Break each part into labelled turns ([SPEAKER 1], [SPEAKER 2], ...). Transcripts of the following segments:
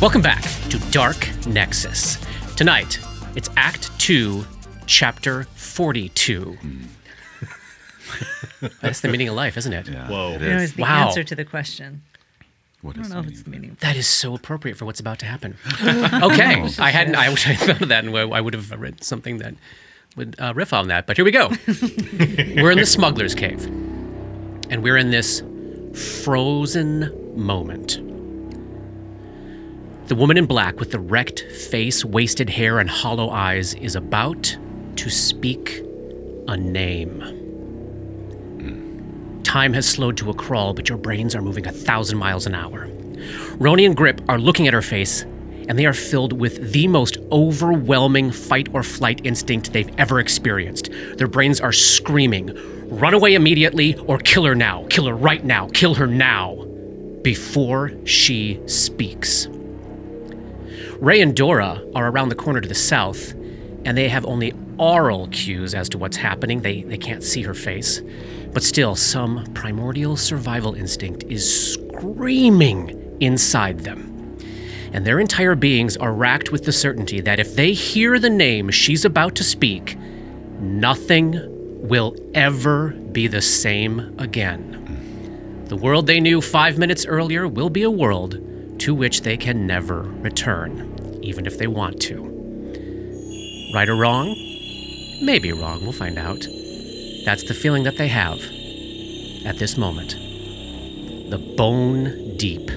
[SPEAKER 1] Welcome back to Dark Nexus. Tonight, it's Act 2, Chapter 42. That's the meaning of life, isn't it?
[SPEAKER 2] Yeah,
[SPEAKER 3] Whoa.
[SPEAKER 2] It
[SPEAKER 3] You
[SPEAKER 4] You know,
[SPEAKER 2] is.
[SPEAKER 4] is the
[SPEAKER 1] Wow.
[SPEAKER 4] answer to the question.
[SPEAKER 2] What
[SPEAKER 4] I
[SPEAKER 2] is
[SPEAKER 4] don't know if
[SPEAKER 2] the
[SPEAKER 4] it's
[SPEAKER 2] meaning?
[SPEAKER 4] meaningful.
[SPEAKER 1] That is so appropriate for what's about to happen. okay, I hadn't. I wish I thought of that, and I would have written something that would uh, riff on that. But here we go. we're in the smuggler's cave, and we're in this frozen moment. The woman in black with the wrecked face, wasted hair, and hollow eyes is about to speak a name. Time has slowed to a crawl, but your brains are moving a thousand miles an hour. Roni and Grip are looking at her face, and they are filled with the most overwhelming fight or flight instinct they've ever experienced. Their brains are screaming, run away immediately or kill her now, kill her right now, kill her now, before she speaks. Ray and Dora are around the corner to the south, and they have only aural cues as to what's happening. They, they can't see her face. But still, some primordial survival instinct is screaming inside them. And their entire beings are racked with the certainty that if they hear the name she's about to speak, nothing will ever be the same again. The world they knew five minutes earlier will be a world to which they can never return, even if they want to. Right or wrong? Maybe wrong, we'll find out. That's the feeling that they have at this moment. The bone deep,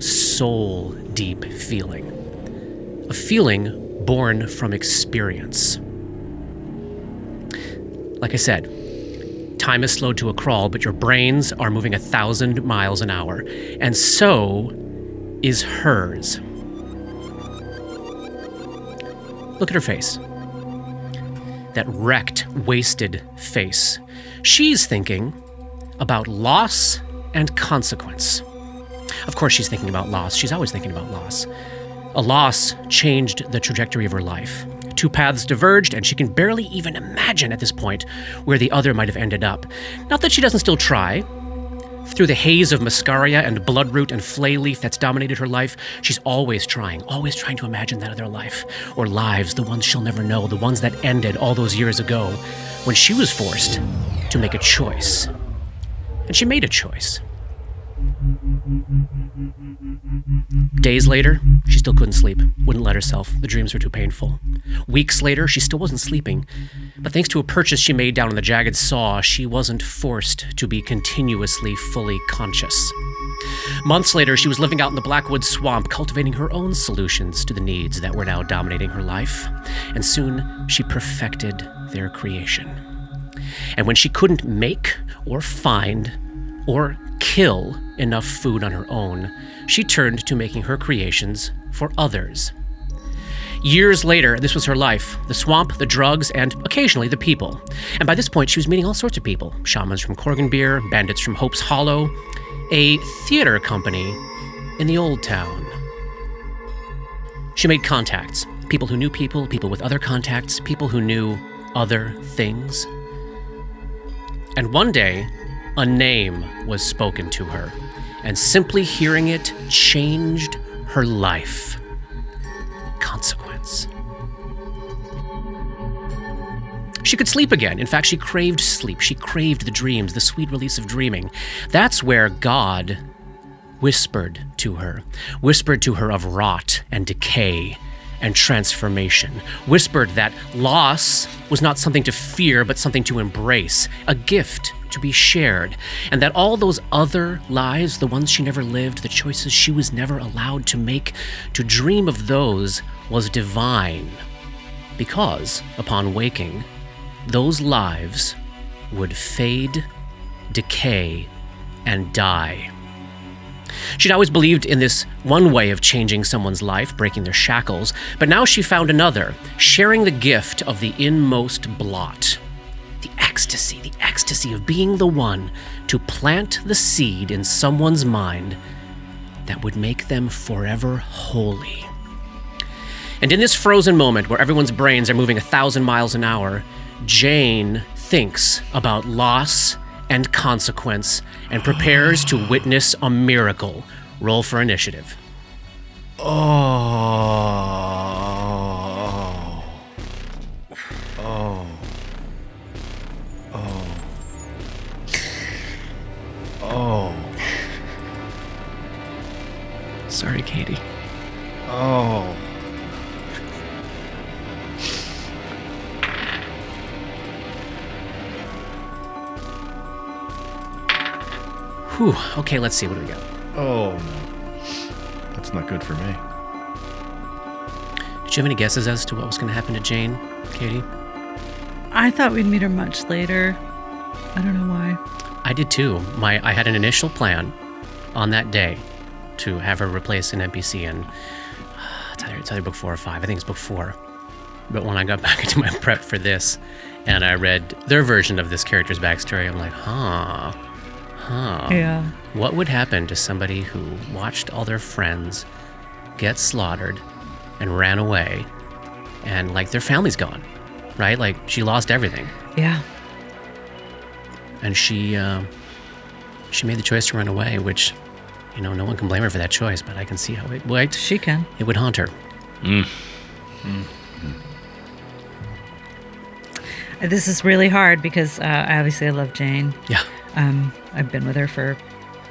[SPEAKER 1] soul deep feeling. A feeling born from experience. Like I said, time is slowed to a crawl, but your brains are moving a thousand miles an hour, and so is hers. Look at her face that wrecked, wasted face. She's thinking about loss and consequence. Of course, she's thinking about loss. She's always thinking about loss. A loss changed the trajectory of her life. Two paths diverged, and she can barely even imagine at this point where the other might have ended up. Not that she doesn't still try. Through the haze of muscaria and bloodroot and flayleaf that's dominated her life, she's always trying, always trying to imagine that other life, or lives, the ones she'll never know, the ones that ended all those years ago when she was forced to make a choice. And she made a choice. Days later, she still couldn't sleep, wouldn't let herself. The dreams were too painful. Weeks later, she still wasn't sleeping. But thanks to a purchase she made down in the Jagged Saw, she wasn't forced to be continuously fully conscious. Months later, she was living out in the Blackwood Swamp, cultivating her own solutions to the needs that were now dominating her life. And soon, she perfected their creation. And when she couldn't make or find or kill enough food on her own, she turned to making her creations for others. Years later, this was her life the swamp, the drugs, and occasionally the people. And by this point, she was meeting all sorts of people shamans from Corganbeer, bandits from Hope's Hollow, a theater company in the old town. She made contacts people who knew people, people with other contacts, people who knew other things. And one day, a name was spoken to her, and simply hearing it changed her life. Consequence. She could sleep again. In fact, she craved sleep. She craved the dreams, the sweet release of dreaming. That's where God whispered to her, whispered to her of rot and decay and transformation, whispered that loss was not something to fear, but something to embrace, a gift to be shared, and that all those other lives, the ones she never lived, the choices she was never allowed to make, to dream of those was divine. Because, upon waking, those lives would fade, decay, and die. She'd always believed in this one way of changing someone's life, breaking their shackles, but now she found another, sharing the gift of the inmost blot. The ecstasy, the ecstasy of being the one to plant the seed in someone's mind that would make them forever holy. And in this frozen moment where everyone's brains are moving a thousand miles an hour, Jane thinks about loss and consequence and prepares to witness a miracle. Roll for initiative. Oh. Oh. Oh. Oh.
[SPEAKER 2] Sorry, Katie.
[SPEAKER 1] Oh. Whew. Okay, let's see. What do we got?
[SPEAKER 3] Oh no, that's not good for me.
[SPEAKER 1] Did you have any guesses as to what was going to happen to Jane, Katie?
[SPEAKER 4] I thought we'd meet her much later. I don't know why.
[SPEAKER 1] I did too. My I had an initial plan on that day to have her replace an NPC in uh, it's either, it's either book four or five. I think it's book four. But when I got back into my prep for this and I read their version of this character's backstory, I'm like, huh, huh.
[SPEAKER 4] yeah.
[SPEAKER 1] What would happen to somebody who watched all their friends get slaughtered and ran away and like their family's gone, right? Like she lost everything
[SPEAKER 4] Yeah.
[SPEAKER 1] and she uh, she made the choice to run away, which you know no one can blame her for that choice. But I can see how it would
[SPEAKER 4] She can.
[SPEAKER 1] it would haunt her.
[SPEAKER 4] This is really hard because uh, I obviously I love Jane.
[SPEAKER 1] Yeah,
[SPEAKER 4] Um, I've been with her for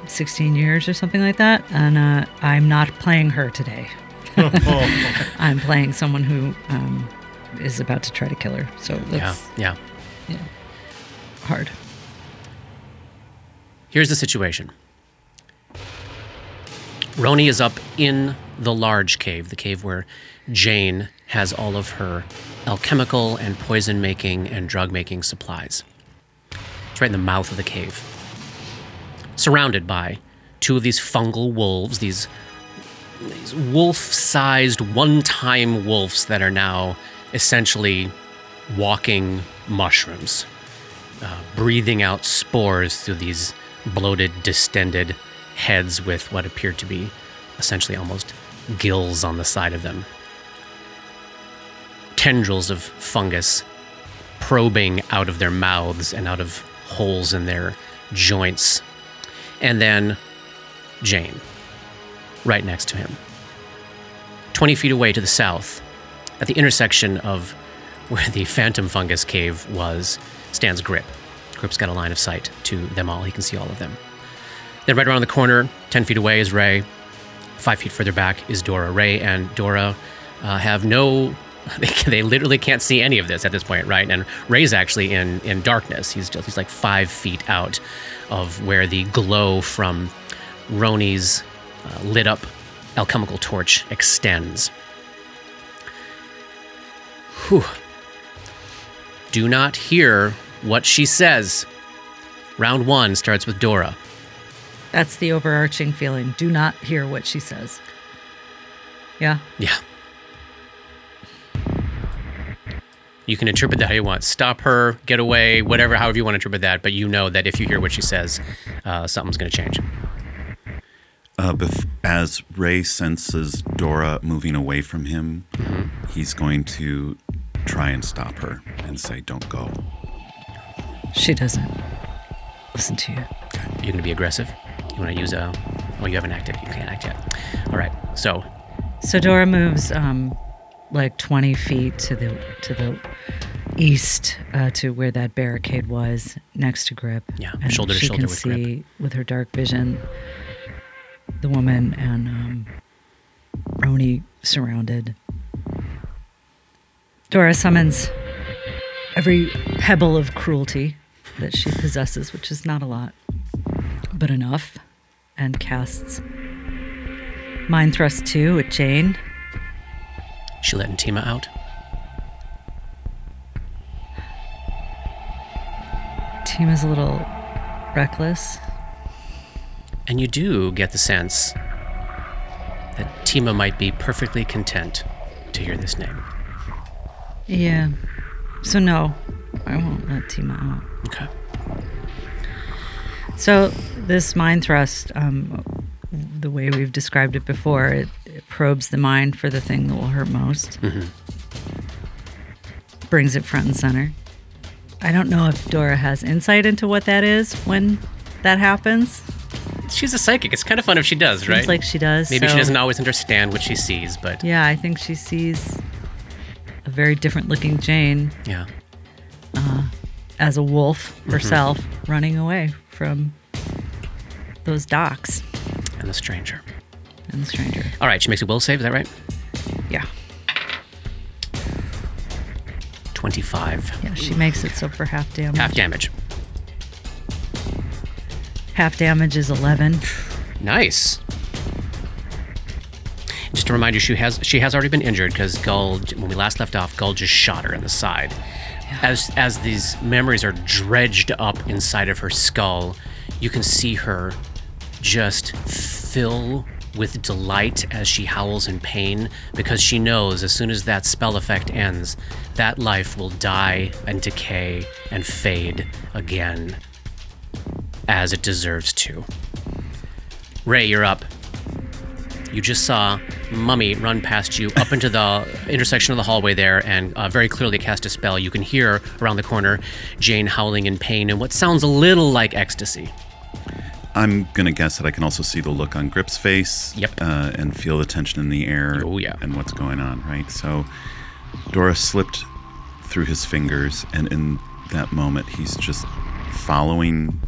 [SPEAKER 4] 16 years or something like that, and uh, I'm not playing her today. I'm playing someone who um, is about to try to kill her. So that's
[SPEAKER 1] yeah, yeah.
[SPEAKER 4] hard.
[SPEAKER 1] Here's the situation. Roni is up in the large cave, the cave where Jane has all of her alchemical and poison making and drug making supplies. It's right in the mouth of the cave. Surrounded by two of these fungal wolves, these, these wolf sized, one time wolves that are now essentially walking mushrooms breathing out spores through these bloated, distended heads with what appeared to be essentially almost gills on the side of them. Tendrils of fungus probing out of their mouths and out of holes in their joints. And then Jane, right next to him. 20 feet away to the south, at the intersection of where the phantom fungus cave was, stands Grip. Grip's got a line of sight to them all. He can see all of them. Then, right around the corner, 10 feet away, is Ray. Five feet further back is Dora. Ray and Dora uh, have no. They, they literally can't see any of this at this point, right? And Ray's actually in, in darkness. He's just, he's like five feet out of where the glow from Roni's uh, lit up alchemical torch extends. Whew. Do not hear what she says. Round one starts with Dora.
[SPEAKER 4] That's the overarching feeling. Do not hear what she says. Yeah.
[SPEAKER 1] Yeah. You can interpret that how you want. Stop her, get away, whatever, however you want to interpret that. But you know that if you hear what she says, uh, something's going to change.
[SPEAKER 5] Uh, bef- as Ray senses Dora moving away from him, he's going to try and stop her and say, "Don't go."
[SPEAKER 4] She doesn't listen to you.
[SPEAKER 1] You're going to be aggressive. You want to use a. Well, you haven't acted. You can't act yet. All right. So,
[SPEAKER 4] So Dora moves um, like 20 feet to the to the east uh, to where that barricade was next to Grip.
[SPEAKER 1] Yeah,
[SPEAKER 4] and
[SPEAKER 1] shoulder to
[SPEAKER 4] she
[SPEAKER 1] shoulder
[SPEAKER 4] can
[SPEAKER 1] with Grip.
[SPEAKER 4] see with her dark vision the woman and um, Roni surrounded. Dora summons every pebble of cruelty that she possesses, which is not a lot, but enough, and casts Mind Thrust 2 at Jane.
[SPEAKER 1] she let Intima out.
[SPEAKER 4] Team is a little reckless.
[SPEAKER 1] And you do get the sense that Tima might be perfectly content to hear this name.
[SPEAKER 4] Yeah. So, no, I won't let Tima out.
[SPEAKER 1] Okay.
[SPEAKER 4] So this mind thrust, um, the way we've described it before, it, it probes the mind for the thing that will hurt most, brings it front and center. I don't know if Dora has insight into what that is when that happens.
[SPEAKER 1] she's a psychic. It's kind of fun if she does, right?
[SPEAKER 4] Seems like she does.
[SPEAKER 1] Maybe she
[SPEAKER 4] so-
[SPEAKER 1] doesn't always understand what she sees, but
[SPEAKER 4] Yeah, I think she sees a very different looking Jane
[SPEAKER 1] yeah.
[SPEAKER 4] as a wolf
[SPEAKER 1] Mm-hmm.
[SPEAKER 4] herself running away from those docks
[SPEAKER 1] And the stranger.
[SPEAKER 4] and the stranger.
[SPEAKER 1] All right, she makes a will save. Is that right?
[SPEAKER 4] Yeah.
[SPEAKER 1] Twenty-five.
[SPEAKER 4] Yeah, she makes it so for half damage.
[SPEAKER 1] Half damage.
[SPEAKER 4] half damage is 11.
[SPEAKER 1] Nice. Just to remind you, she has she has already been injured because Gull, when we last left off, Gull just shot her in the side. As as these memories are dredged up inside of her skull, you can see her just fill with delight as she howls in pain because she knows as soon as that spell effect ends, that life will die and decay and fade again as it deserves to. Ray, you're up. You just saw Mummy run past you up into the intersection of the hallway there and uh, very clearly cast a spell. You can hear around the corner Jane howling in pain and what sounds a little like ecstasy.
[SPEAKER 5] I'm gonna guess that I can also see the look on Grip's face.
[SPEAKER 1] Yep.
[SPEAKER 5] Uh, and feel the tension in the air.
[SPEAKER 1] Oh, yeah.
[SPEAKER 5] And what's going on, right? So, Dora slipped through his fingers, and in that moment, he's just following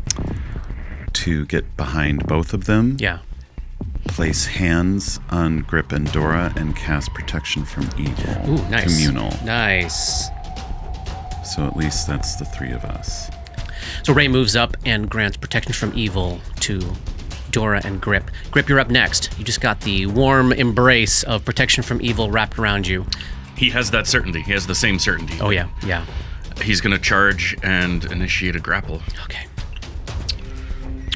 [SPEAKER 5] to get behind both of them.
[SPEAKER 1] Yeah.
[SPEAKER 5] Place hands on Grip and Dora, and cast protection from evil.
[SPEAKER 1] Ooh, nice.
[SPEAKER 5] Communal.
[SPEAKER 1] Nice.
[SPEAKER 5] So at least that's the three of us.
[SPEAKER 1] So Ray moves up and grants protection from evil to Dora and Grip. Grip, you're up next. You just got the warm embrace of protection from evil wrapped around you.
[SPEAKER 6] He has that certainty. He has the same certainty.
[SPEAKER 1] Oh, yeah. Yeah.
[SPEAKER 6] He's going to charge and initiate a grapple.
[SPEAKER 1] Okay.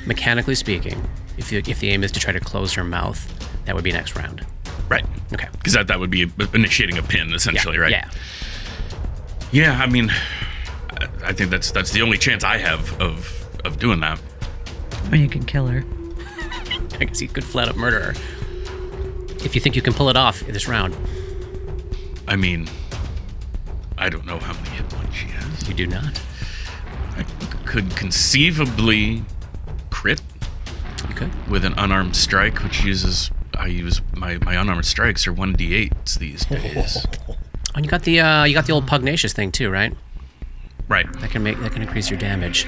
[SPEAKER 1] Mechanically speaking, if the, if the aim is to try to close her mouth, that would be next round.
[SPEAKER 6] Right.
[SPEAKER 1] Okay.
[SPEAKER 6] Because that, that would be initiating a pin, essentially, right?
[SPEAKER 1] Yeah.
[SPEAKER 6] Yeah, I mean, I- I think that's that's the only chance I have of of doing that.
[SPEAKER 4] When you can kill her.
[SPEAKER 1] I guess you could flat out murder her. If you think you can pull it off in this round,
[SPEAKER 6] I mean, I don't know how many hit points she has.
[SPEAKER 1] you do not.
[SPEAKER 6] I could conceivably crit
[SPEAKER 1] You could.
[SPEAKER 6] with an unarmed strike, which uses I use my my unarmed strikes are one d8s these days.
[SPEAKER 1] And you got the uh, you got the old pugnacious thing too, right?
[SPEAKER 6] right.
[SPEAKER 1] That can make that can increase your damage.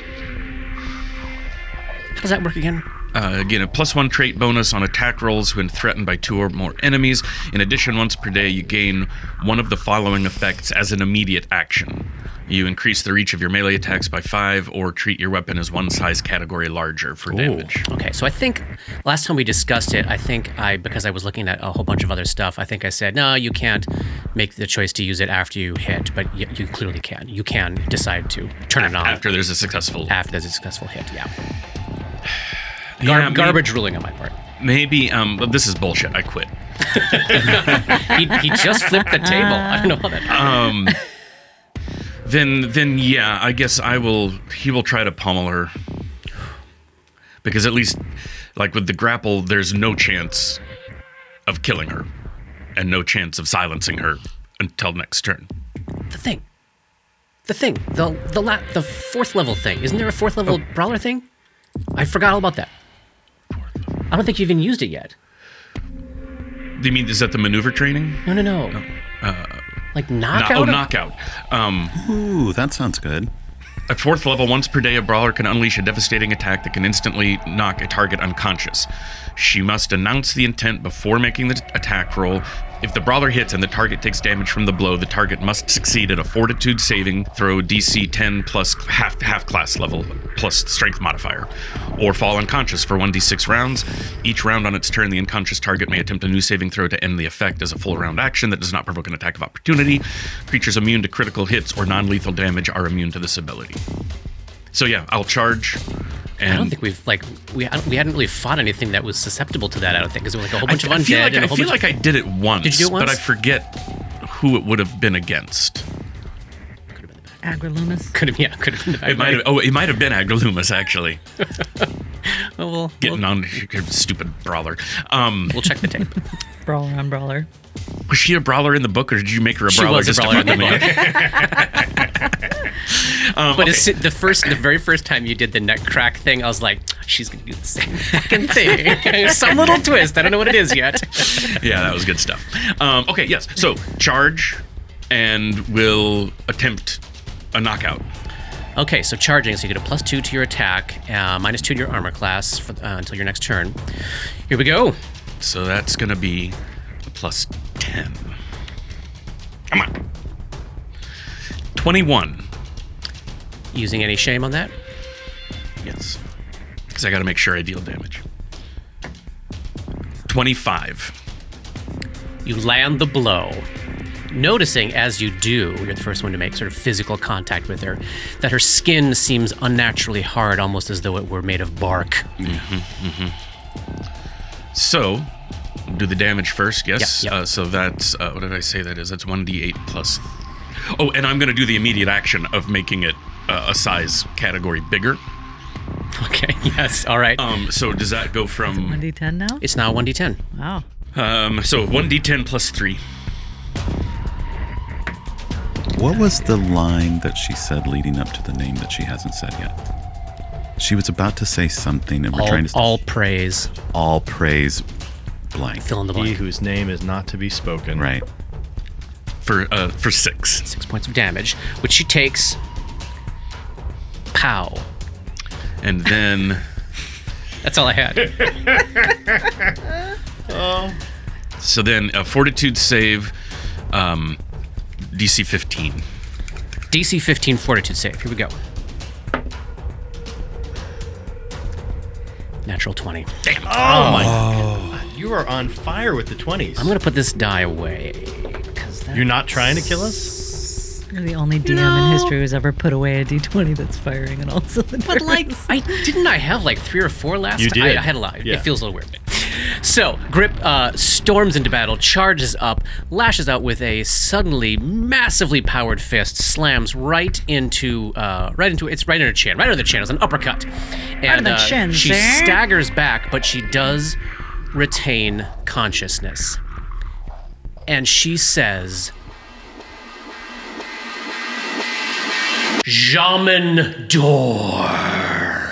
[SPEAKER 1] How does that work again?
[SPEAKER 6] Uh, again, a plus one trait bonus on attack rolls when threatened by two or more enemies. In addition, once per day, you gain one of the following effects as an immediate action. You increase the reach of your melee attacks by five, or treat your weapon as one size category larger for damage.
[SPEAKER 1] Okay, so I think last time we discussed it, I think I because I was looking at a whole bunch of other stuff, I think I said no, you can't make the choice to use it after you hit, but you, you clearly can. You can decide to turn it on
[SPEAKER 6] After there's a successful,
[SPEAKER 1] after there's a successful hit. Yeah, Gar-
[SPEAKER 6] Yeah, may-
[SPEAKER 1] garbage ruling on my part.
[SPEAKER 6] Maybe um, but this is bullshit. I quit.
[SPEAKER 1] He, he just flipped the table. I don't know how that.
[SPEAKER 6] Um, then, then yeah, I guess I will. He will try to pummel her because at least, like with the grapple, there's no chance of killing her, and no chance of silencing her until next turn.
[SPEAKER 1] The thing, the thing, the the la- the fourth level thing. Isn't there a fourth level
[SPEAKER 6] Oh.
[SPEAKER 1] brawler thing? I forgot all about that. I don't think you even used it yet.
[SPEAKER 6] Do you mean is that the maneuver training?
[SPEAKER 1] No, no, no. like knockout.
[SPEAKER 6] Knock- Uh, oh,
[SPEAKER 1] or-
[SPEAKER 6] knockout. Um,
[SPEAKER 5] Ooh, that sounds good.
[SPEAKER 6] At fourth level, once per day, a brawler can unleash a devastating attack that can instantly knock a target unconscious. She must announce the intent before making the t- attack roll. If the brawler hits and the target takes damage from the blow, the target must succeed at a fortitude saving throw DC 10 plus half half class level plus strength modifier, or fall unconscious for 1d6 rounds. Each round on its turn, the unconscious target may attempt a new saving throw to end the effect as a full round action that does not provoke an attack of opportunity. Creatures immune to critical hits or non lethal damage are immune to this ability. So yeah, I'll charge. And
[SPEAKER 1] I don't think we've like we I don't- we hadn't really fought anything that was susceptible to that. I don't think because we're like a whole
[SPEAKER 6] I
[SPEAKER 1] bunch
[SPEAKER 6] f-
[SPEAKER 1] of
[SPEAKER 6] I
[SPEAKER 1] undead
[SPEAKER 6] feel like,
[SPEAKER 1] and
[SPEAKER 6] I
[SPEAKER 1] a whole
[SPEAKER 6] feel
[SPEAKER 1] bunch.
[SPEAKER 6] like I did it once.
[SPEAKER 1] Did you do it
[SPEAKER 6] But I
[SPEAKER 1] once?
[SPEAKER 6] forget who it would have been against.
[SPEAKER 4] Agrilumus.
[SPEAKER 1] could have yeah could have been the
[SPEAKER 6] It might have. Oh, it might have been Agralumas actually.
[SPEAKER 1] Oh, we'll, we'll,
[SPEAKER 6] Getting on stupid brawler. Um,
[SPEAKER 1] we'll check the tape.
[SPEAKER 4] Brawler on brawler.
[SPEAKER 6] was she a brawler in the book, or did you make her a
[SPEAKER 1] She
[SPEAKER 6] brawler
[SPEAKER 1] was a
[SPEAKER 6] just
[SPEAKER 1] brawler
[SPEAKER 6] to
[SPEAKER 1] in
[SPEAKER 6] fuck
[SPEAKER 1] the
[SPEAKER 6] with me? Um,
[SPEAKER 1] But
[SPEAKER 6] okay.
[SPEAKER 1] as, the first, the very first time you did the neck crack thing, I was like, she's gonna do the same fucking thing. Some little twist. I don't know what it is yet.
[SPEAKER 6] yeah, that was good stuff. Um, okay, yes. So charge, and we'll attempt a knockout.
[SPEAKER 1] Okay, so charging. So you get a plus two to your attack, uh, minus two to your armor class for, uh, until your next turn. Here we go.
[SPEAKER 6] So that's gonna be a plus ten. Come on. Twenty-one.
[SPEAKER 1] Using any shame on that?
[SPEAKER 6] Yes. Because I got to make sure I deal damage. 25.
[SPEAKER 1] You land the blow. Noticing as you do, you're the first one to make sort of physical contact with her, that her skin seems unnaturally hard, almost as though it were made of bark.
[SPEAKER 6] So, do the damage first, yes?
[SPEAKER 1] Yeah, yeah.
[SPEAKER 6] Uh, so that's, uh, what did I say that is? That's 1d8 plus. Oh, and I'm going to do the immediate action of making it uh, a size category bigger.
[SPEAKER 1] Okay, yes, all right.
[SPEAKER 6] Um, so does that go from,
[SPEAKER 4] 1d10 now?
[SPEAKER 1] it's now 1d10.
[SPEAKER 4] Wow.
[SPEAKER 6] um, so 1d10 plus 3.
[SPEAKER 5] What was the line that she said leading up to the name that she hasn't said yet? She was about to say something, and we're
[SPEAKER 1] All,
[SPEAKER 5] trying to
[SPEAKER 1] all praise.
[SPEAKER 5] all praise blank.
[SPEAKER 1] Fill in the
[SPEAKER 3] He
[SPEAKER 1] blank.
[SPEAKER 3] whose name is not to be spoken.
[SPEAKER 5] Right.
[SPEAKER 6] For uh, for six.
[SPEAKER 1] Six points of damage, which she takes. Pow.
[SPEAKER 6] And then
[SPEAKER 1] That's all I had.
[SPEAKER 6] So then a fortitude save, um, DC 15.
[SPEAKER 1] DC 15 Fortitude save. Here we go. Natural 20.
[SPEAKER 3] You are on fire with the 20s.
[SPEAKER 1] I'm going to put this die away. 'cause that-
[SPEAKER 3] You're not trying to kill us?
[SPEAKER 4] You're the only DM in history who's ever put away a d20 that's firing and also.
[SPEAKER 1] But like, I didn't. I have like three or four last.
[SPEAKER 3] You
[SPEAKER 1] time?
[SPEAKER 3] did.
[SPEAKER 1] I, I had a lot.
[SPEAKER 3] Yeah.
[SPEAKER 1] It feels a little weird. But. So Grip uh, storms into battle, charges up, lashes out with a suddenly massively powered fist, slams right into uh, right into it's right into her chin, right under the chin. It was an uppercut, and
[SPEAKER 4] in the
[SPEAKER 1] uh,
[SPEAKER 4] chin,
[SPEAKER 1] she
[SPEAKER 4] sir.
[SPEAKER 1] staggers back, but she does retain consciousness, and she says. Jamin Dor.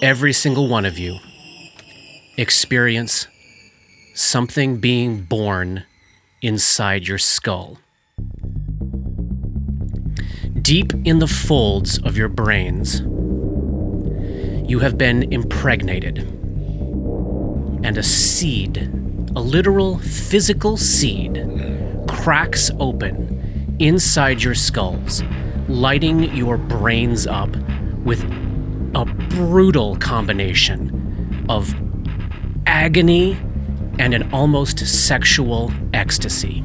[SPEAKER 1] Every single one of you experience something being born inside your skull. Deep in the folds of your brains, you have been impregnated, and a seed, a literal physical seed, cracks open inside your skulls, lighting your brains up with a brutal combination of agony and an almost sexual ecstasy.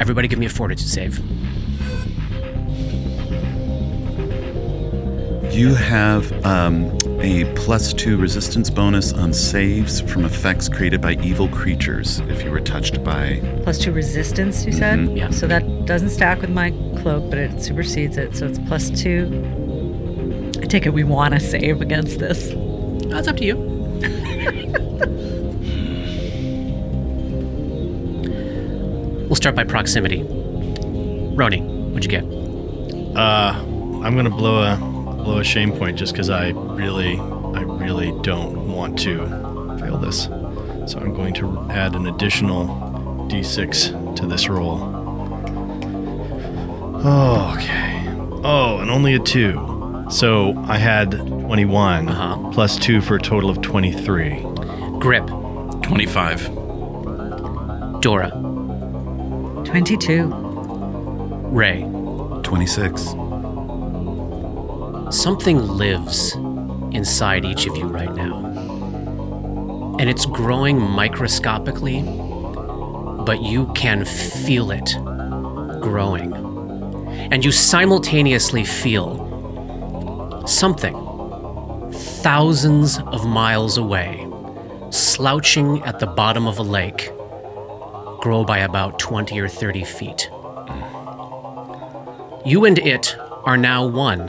[SPEAKER 1] Everybody give me a fortitude save.
[SPEAKER 5] You have um, a plus two resistance bonus on saves from effects created by evil creatures if you were touched by.
[SPEAKER 4] Plus two resistance, you said?
[SPEAKER 1] Mm-hmm. Yeah.
[SPEAKER 4] So that doesn't stack with my cloak, but it supersedes it. So it's plus two. I take it we want to save against this.
[SPEAKER 1] That's up to you. we'll start by proximity. Roni, what'd you get?
[SPEAKER 3] I'm going to blow a blow a shame point just cuz I really I really don't want to fail this. So I'm going to add an additional d6 to this roll. Oh, okay. Oh, and only a 2. So I had 21
[SPEAKER 1] Uh-huh.
[SPEAKER 3] plus 2 for a total of 23.
[SPEAKER 1] Grip,
[SPEAKER 6] 25.
[SPEAKER 1] Dora,
[SPEAKER 4] 22.
[SPEAKER 1] Ray.
[SPEAKER 5] 26.
[SPEAKER 1] Something lives inside each of you right now. And it's growing microscopically, but you can feel it growing. And you simultaneously feel something thousands of miles away, slouching at the bottom of a lake, grow by about 20 or 30 feet. You and it are now one.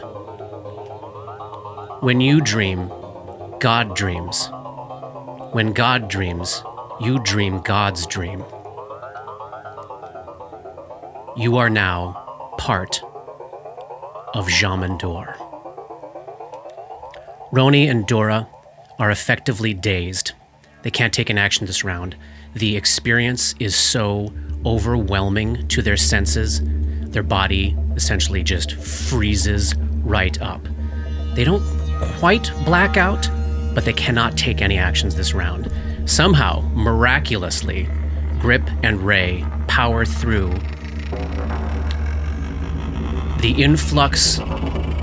[SPEAKER 1] When you dream, God dreams. When God dreams, you dream God's dream. You are now part of Jamandor. Roni and Dora are effectively dazed. They can't take an action this round. The experience is so overwhelming to their senses, their body essentially just freezes right up. They don't quite black out, but they cannot take any actions this round. Somehow, miraculously, Grip and Ray power through the influx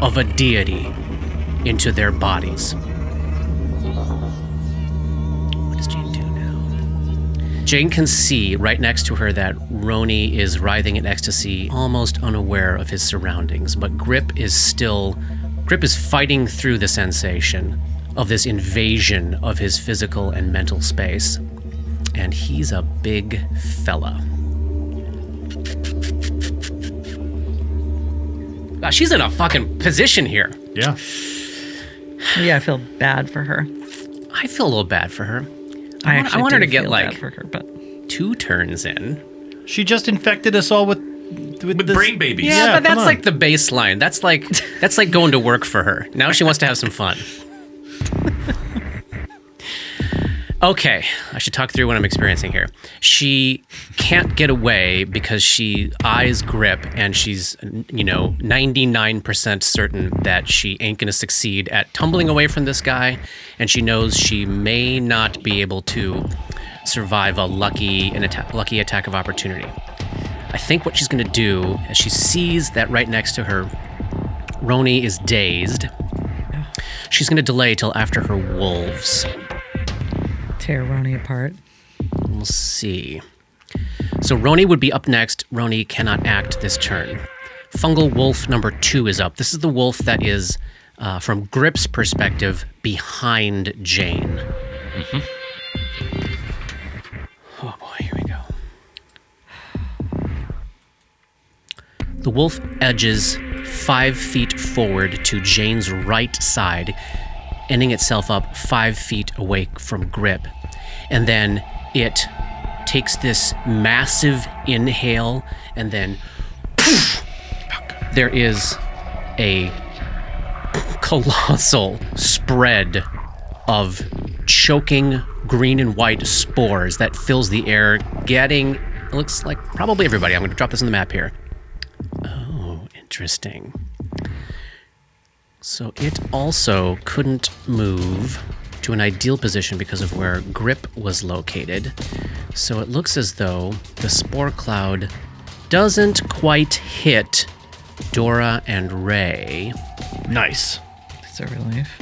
[SPEAKER 1] of a deity into their bodies. What does Jane do now? Jane can see right next to her that Roni is writhing in ecstasy, almost unaware of his surroundings, but Grip is still Grip is fighting through the sensation of this invasion of his physical and mental space. And he's a big fella. Wow, Ah, she's in a fucking position here.
[SPEAKER 3] Yeah.
[SPEAKER 4] Yeah, I feel bad for her.
[SPEAKER 1] I feel a little bad for her.
[SPEAKER 4] I,
[SPEAKER 1] want-
[SPEAKER 4] actually
[SPEAKER 1] want her
[SPEAKER 4] do
[SPEAKER 1] to get
[SPEAKER 4] feel bad
[SPEAKER 1] like
[SPEAKER 4] for her, but
[SPEAKER 1] two turns in.
[SPEAKER 3] She just infected us all with with,
[SPEAKER 6] With
[SPEAKER 3] this-
[SPEAKER 6] brain babies.
[SPEAKER 1] Yeah,
[SPEAKER 3] Yeah,
[SPEAKER 1] but
[SPEAKER 3] come
[SPEAKER 1] that's
[SPEAKER 3] on.
[SPEAKER 1] like the baseline. That's like that's like going to work for her. Now she wants to have some fun. okay, I should talk through what I'm experiencing here. She can't get away because she eyes grip and she's you know 99% certain that she ain't going to succeed at tumbling away from this guy and she knows she may not be able to survive a lucky an atta- lucky attack of opportunity. I think what she's going to do is she sees that right next to her, Roni is dazed. She's going to delay till after her wolves.
[SPEAKER 4] tear Roni apart.
[SPEAKER 1] We'll see. So Roni would be up next. Roni cannot act this turn. Fungal Wolf number two is up. This is the wolf that is, uh, from Grip's perspective, behind Jane. Oh boy, here we go. The wolf edges five feet forward to Jane's right side, ending itself up five feet away from grip. And then it takes this massive inhale, and then poof, there is a colossal spread of choking green and white spores that fills the air, getting, it looks like probably everybody. I'm going to drop this on the map here. Oh, interesting. So it also couldn't move to an ideal position because of where Grip was located. So it looks as though the spore cloud doesn't quite hit Dora and Ray.
[SPEAKER 3] Nice.
[SPEAKER 4] It's a relief.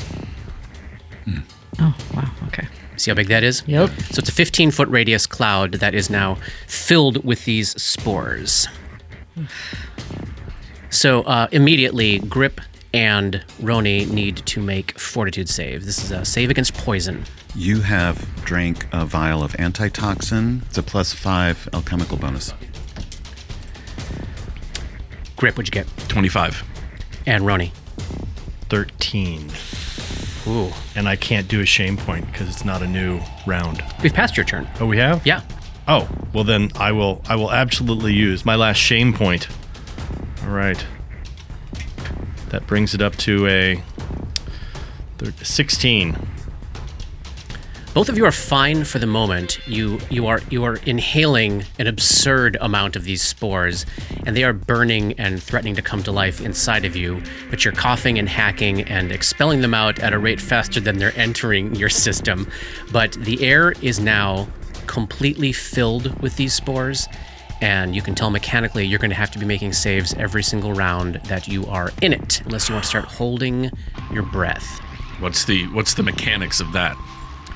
[SPEAKER 4] Oh wow. Okay.
[SPEAKER 1] See how big that is?
[SPEAKER 4] Yep.
[SPEAKER 1] So it's a 15 foot radius cloud that is now filled with these spores. So uh, immediately, Grip and Roni need to make fortitude save. This is a save against poison.
[SPEAKER 5] You have drank a vial of antitoxin. It's a plus five alchemical bonus.
[SPEAKER 1] Grip, what'd you get?
[SPEAKER 6] 25.
[SPEAKER 1] And Roni.
[SPEAKER 3] Thirteen.
[SPEAKER 1] Ooh.
[SPEAKER 3] And I can't do a shame point because it's not a new round.
[SPEAKER 1] We've passed your turn.
[SPEAKER 3] Oh, we have.
[SPEAKER 1] Yeah.
[SPEAKER 3] Oh, well then I will. I will absolutely use my last shame point. All right. That brings it up to a thir- sixteen.
[SPEAKER 1] Both of you are fine for the moment. You you are you are inhaling an absurd amount of these spores, and they are burning and threatening to come to life inside of you. But you're coughing and hacking and expelling them out at a rate faster than they're entering your system. But the air is now completely filled with these spores, and you can tell mechanically you're going to have to be making saves every single round that you are in it, unless you want to start holding your breath.
[SPEAKER 6] What's the what's the mechanics of that?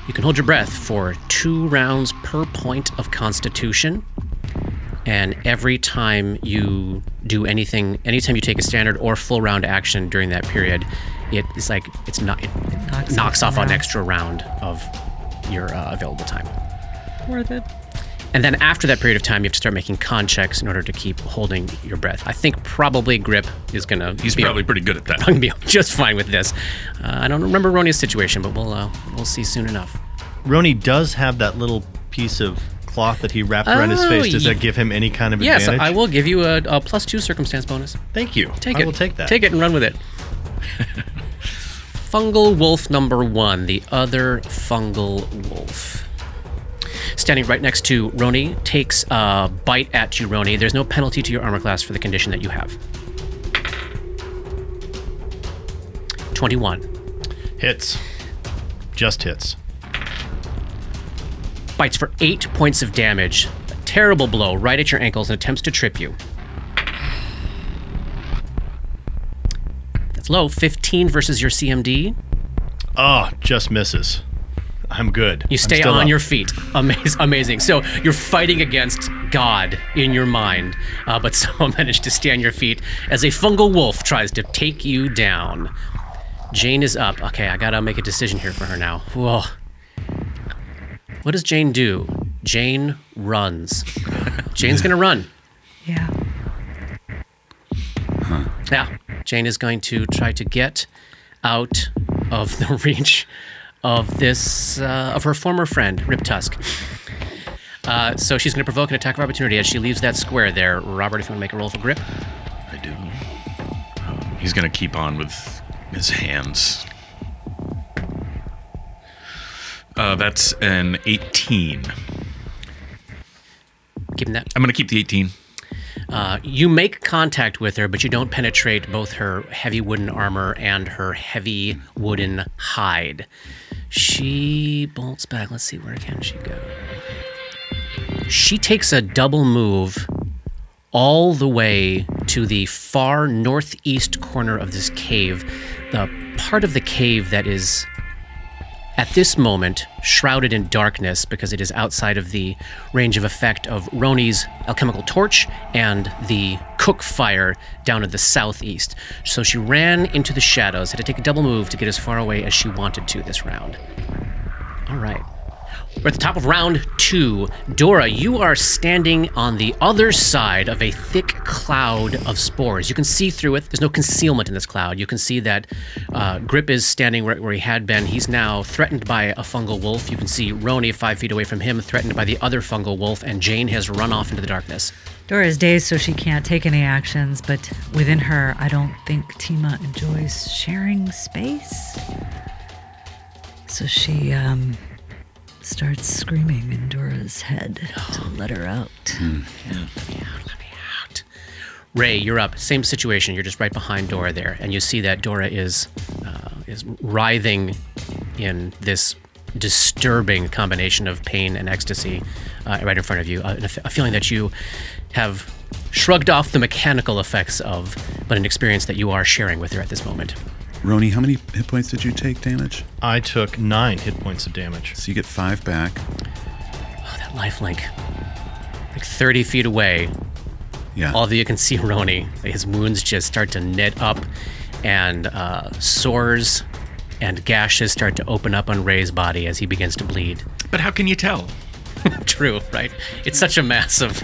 [SPEAKER 1] You can hold your breath for two rounds per point of constitution. And every time you do anything, anytime you take a standard or full round action during that period, it is like it's not it knocks,
[SPEAKER 4] knocks
[SPEAKER 1] off
[SPEAKER 4] off
[SPEAKER 1] an
[SPEAKER 4] rounds.
[SPEAKER 1] extra round of your uh, available time.
[SPEAKER 4] Worth it.
[SPEAKER 1] And then after that period of time, you have to start making con checks in order to keep holding your breath. I think probably Grip is going to.
[SPEAKER 6] He's
[SPEAKER 1] be
[SPEAKER 6] probably pretty good at that.
[SPEAKER 1] going to be just fine with this. Uh, I don't remember Ronia's situation, but we'll uh, we'll see soon enough.
[SPEAKER 3] Roni does have that little piece of cloth that he wrapped around his
[SPEAKER 1] Oh,
[SPEAKER 3] face. Does
[SPEAKER 1] ye-
[SPEAKER 3] that give him any kind of
[SPEAKER 1] Yes,
[SPEAKER 3] advantage?
[SPEAKER 1] I will give you a, a plus two circumstance bonus.
[SPEAKER 3] Thank you.
[SPEAKER 1] Take
[SPEAKER 3] I
[SPEAKER 1] it.
[SPEAKER 3] will take that.
[SPEAKER 1] Take it and run with it. fungal wolf number one, the other fungal wolf. Standing right next to Roni takes a bite at you, Roni. There's no penalty to your armor class for the condition that you have. 21.
[SPEAKER 3] Hits. Just hits.
[SPEAKER 1] Bites for eight points of damage. A terrible blow right at your ankles and attempts to trip you. That's low. 15 versus your CMD.
[SPEAKER 3] Oh, just misses. I'm good.
[SPEAKER 1] You
[SPEAKER 3] I'm
[SPEAKER 1] stay
[SPEAKER 3] still
[SPEAKER 1] on
[SPEAKER 3] up.
[SPEAKER 1] your feet. Amaz- amazing. So you're fighting against God in your mind, uh, but somehow managed to stay on your feet as a fungal wolf tries to take you down. Jane is up. Okay, I gotta make a decision here for her now. Whoa. What does Jane do? Jane runs. Jane's gonna run.
[SPEAKER 4] Yeah.
[SPEAKER 1] Yeah. Jane is going to try to get out of the reach of this uh, of her former friend Rip Tusk. Uh, so she's going to provoke an attack of opportunity as she leaves that square there. Robert, if you want to make a roll for grip,
[SPEAKER 6] I do. Um, he's gonna keep on with his hands. Uh, that's an 18.
[SPEAKER 1] given that
[SPEAKER 6] I'm gonna keep the 18.
[SPEAKER 1] uh, you make contact with her, but you don't penetrate both her heavy wooden armor and her heavy wooden hide. She bolts back. Let's see where can she go. She takes a double move all the way to the far northeast corner of this cave, the part of the cave that is at this moment shrouded in darkness because it is outside of the range of effect of Roni's alchemical torch and the cook fire down at the southeast. So she ran into the shadows, had to take a double move to get as far away as she wanted to this round. All right. We're at the top of round two. Dora, you are standing on the other side of a thick cloud of spores. You can see through it. There's no concealment in this cloud. You can see that uh, Grip is standing where, where he had been. He's now threatened by a fungal wolf. You can see Roni five feet away from him, threatened by the other fungal wolf, and Jane has run off into the darkness.
[SPEAKER 4] Dora is dazed, so she can't take any actions, but within her, I don't think Tima enjoys sharing space. So she um, starts screaming in Dora's head to let her out.
[SPEAKER 1] out. Ray, you're up. Same situation. You're just right behind Dora there, and you see that Dora is uh, is writhing in this disturbing combination of pain and ecstasy uh, right in front of you. Uh, a, f- a feeling that you have shrugged off the mechanical effects of, but an experience that you are sharing with her at this moment.
[SPEAKER 5] Roni, how many hit points did you take damage?
[SPEAKER 3] I took nine hit points of damage.
[SPEAKER 5] So you get five back.
[SPEAKER 1] Oh, that life link. Like 30 feet away,
[SPEAKER 5] Yeah.
[SPEAKER 1] Although you can see Roni, his wounds just start to knit up, and uh, sores and gashes start to open up on Ray's body as he begins to bleed.
[SPEAKER 6] But how can you tell?
[SPEAKER 1] True, right? It's such a massive.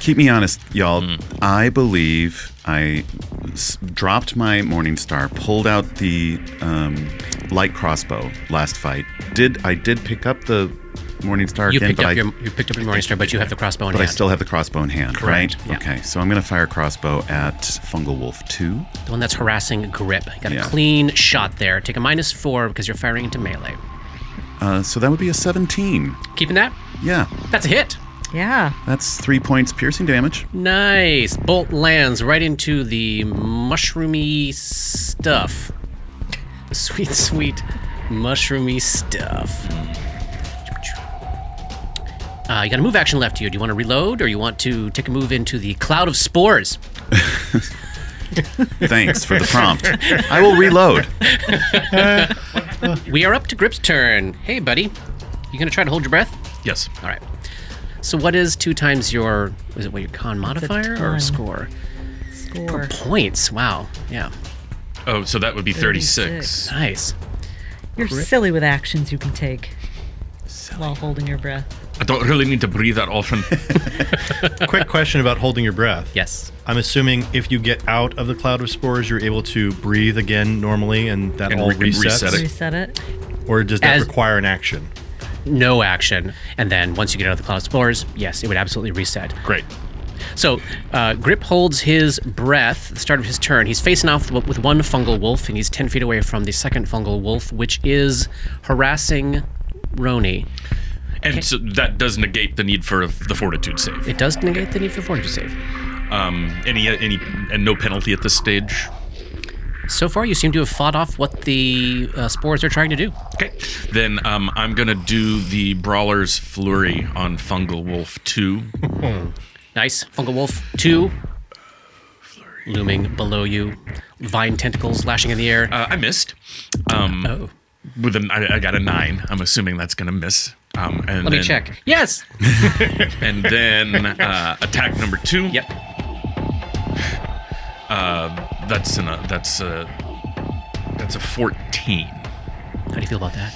[SPEAKER 5] Keep me honest, y'all.
[SPEAKER 1] Hmm.
[SPEAKER 5] I believe I s- dropped my Morning Star, pulled out the um, light crossbow last fight. Did I did pick up the Morning Star
[SPEAKER 1] You
[SPEAKER 5] again?
[SPEAKER 1] picked
[SPEAKER 5] But
[SPEAKER 1] up
[SPEAKER 5] I
[SPEAKER 1] your you picked up your Morningstar, but you have the crossbow in
[SPEAKER 5] but I
[SPEAKER 1] hand.
[SPEAKER 5] still have the crossbow in hand,
[SPEAKER 1] Correct,
[SPEAKER 5] right?
[SPEAKER 1] yeah.
[SPEAKER 5] Okay, so I'm gonna fire crossbow at Fungal Wolf two.
[SPEAKER 1] the one that's harassing Grip. Got a
[SPEAKER 5] Yeah.
[SPEAKER 1] clean shot there. Take a minus four because you're firing into melee.
[SPEAKER 5] Uh, so that would be a 17.
[SPEAKER 1] Keeping that?
[SPEAKER 5] Yeah,
[SPEAKER 1] That's a hit.
[SPEAKER 4] Yeah.
[SPEAKER 5] that's three points piercing damage.
[SPEAKER 1] Nice. Bolt lands right into the mushroomy stuff. The sweet, sweet mushroomy stuff. Uh, you got a move action left to you. Do you want to reload or you want to take a move into the cloud of spores?
[SPEAKER 5] Thanks for the prompt. I will reload.
[SPEAKER 1] We are up to Grip's turn. Hey, buddy. You going to try to hold your breath?
[SPEAKER 6] Yes.
[SPEAKER 1] All right. So, what is two times your, is it what, your con modifier or
[SPEAKER 4] ton.
[SPEAKER 1] score?
[SPEAKER 4] Score.
[SPEAKER 1] Points. Wow. Yeah.
[SPEAKER 6] Oh, so that would be 36.
[SPEAKER 4] 36.
[SPEAKER 1] Nice.
[SPEAKER 4] You're silly with actions you can take while holding your breath.
[SPEAKER 6] I don't really need to breathe that often.
[SPEAKER 3] Quick question about holding your breath.
[SPEAKER 1] Yes.
[SPEAKER 3] I'm assuming if you get out of the cloud of spores, you're able to breathe again normally, and that
[SPEAKER 6] And
[SPEAKER 3] all
[SPEAKER 6] re- and
[SPEAKER 3] resets.
[SPEAKER 6] reset it.
[SPEAKER 4] Reset it.
[SPEAKER 3] Or does that
[SPEAKER 1] As-
[SPEAKER 3] require an action?
[SPEAKER 1] No action. And then once you get out of the cloud of spores, yes, it would absolutely reset.
[SPEAKER 3] Great.
[SPEAKER 1] So, uh, Grip holds his breath at the start of his turn. He's facing off with with one fungal wolf, and he's 10 feet away from the second fungal wolf, which is harassing Roni.
[SPEAKER 6] And so that does negate the need for the fortitude save.
[SPEAKER 1] It does negate the need for fortitude save.
[SPEAKER 6] Um, any, any, and no penalty at this stage.
[SPEAKER 1] So far, you seem to have fought off what the uh, spores are trying to do.
[SPEAKER 6] Okay. Then um, I'm gonna do the Brawler's Flurry on Fungal Wolf Two.
[SPEAKER 1] Nice. Fungal Wolf 2. Looming below you. Vine tentacles lashing in the air.
[SPEAKER 6] Uh, I missed. Um,
[SPEAKER 1] oh.
[SPEAKER 6] With an, I, I got a nine. I'm assuming that's gonna miss. Um,
[SPEAKER 1] Let
[SPEAKER 6] and
[SPEAKER 1] me
[SPEAKER 6] then-
[SPEAKER 1] check. Yes!
[SPEAKER 6] And then uh, attack number two.
[SPEAKER 1] Yep.
[SPEAKER 6] Uh, that's an, uh, that's a that's a fourteen.
[SPEAKER 1] How do you feel about that?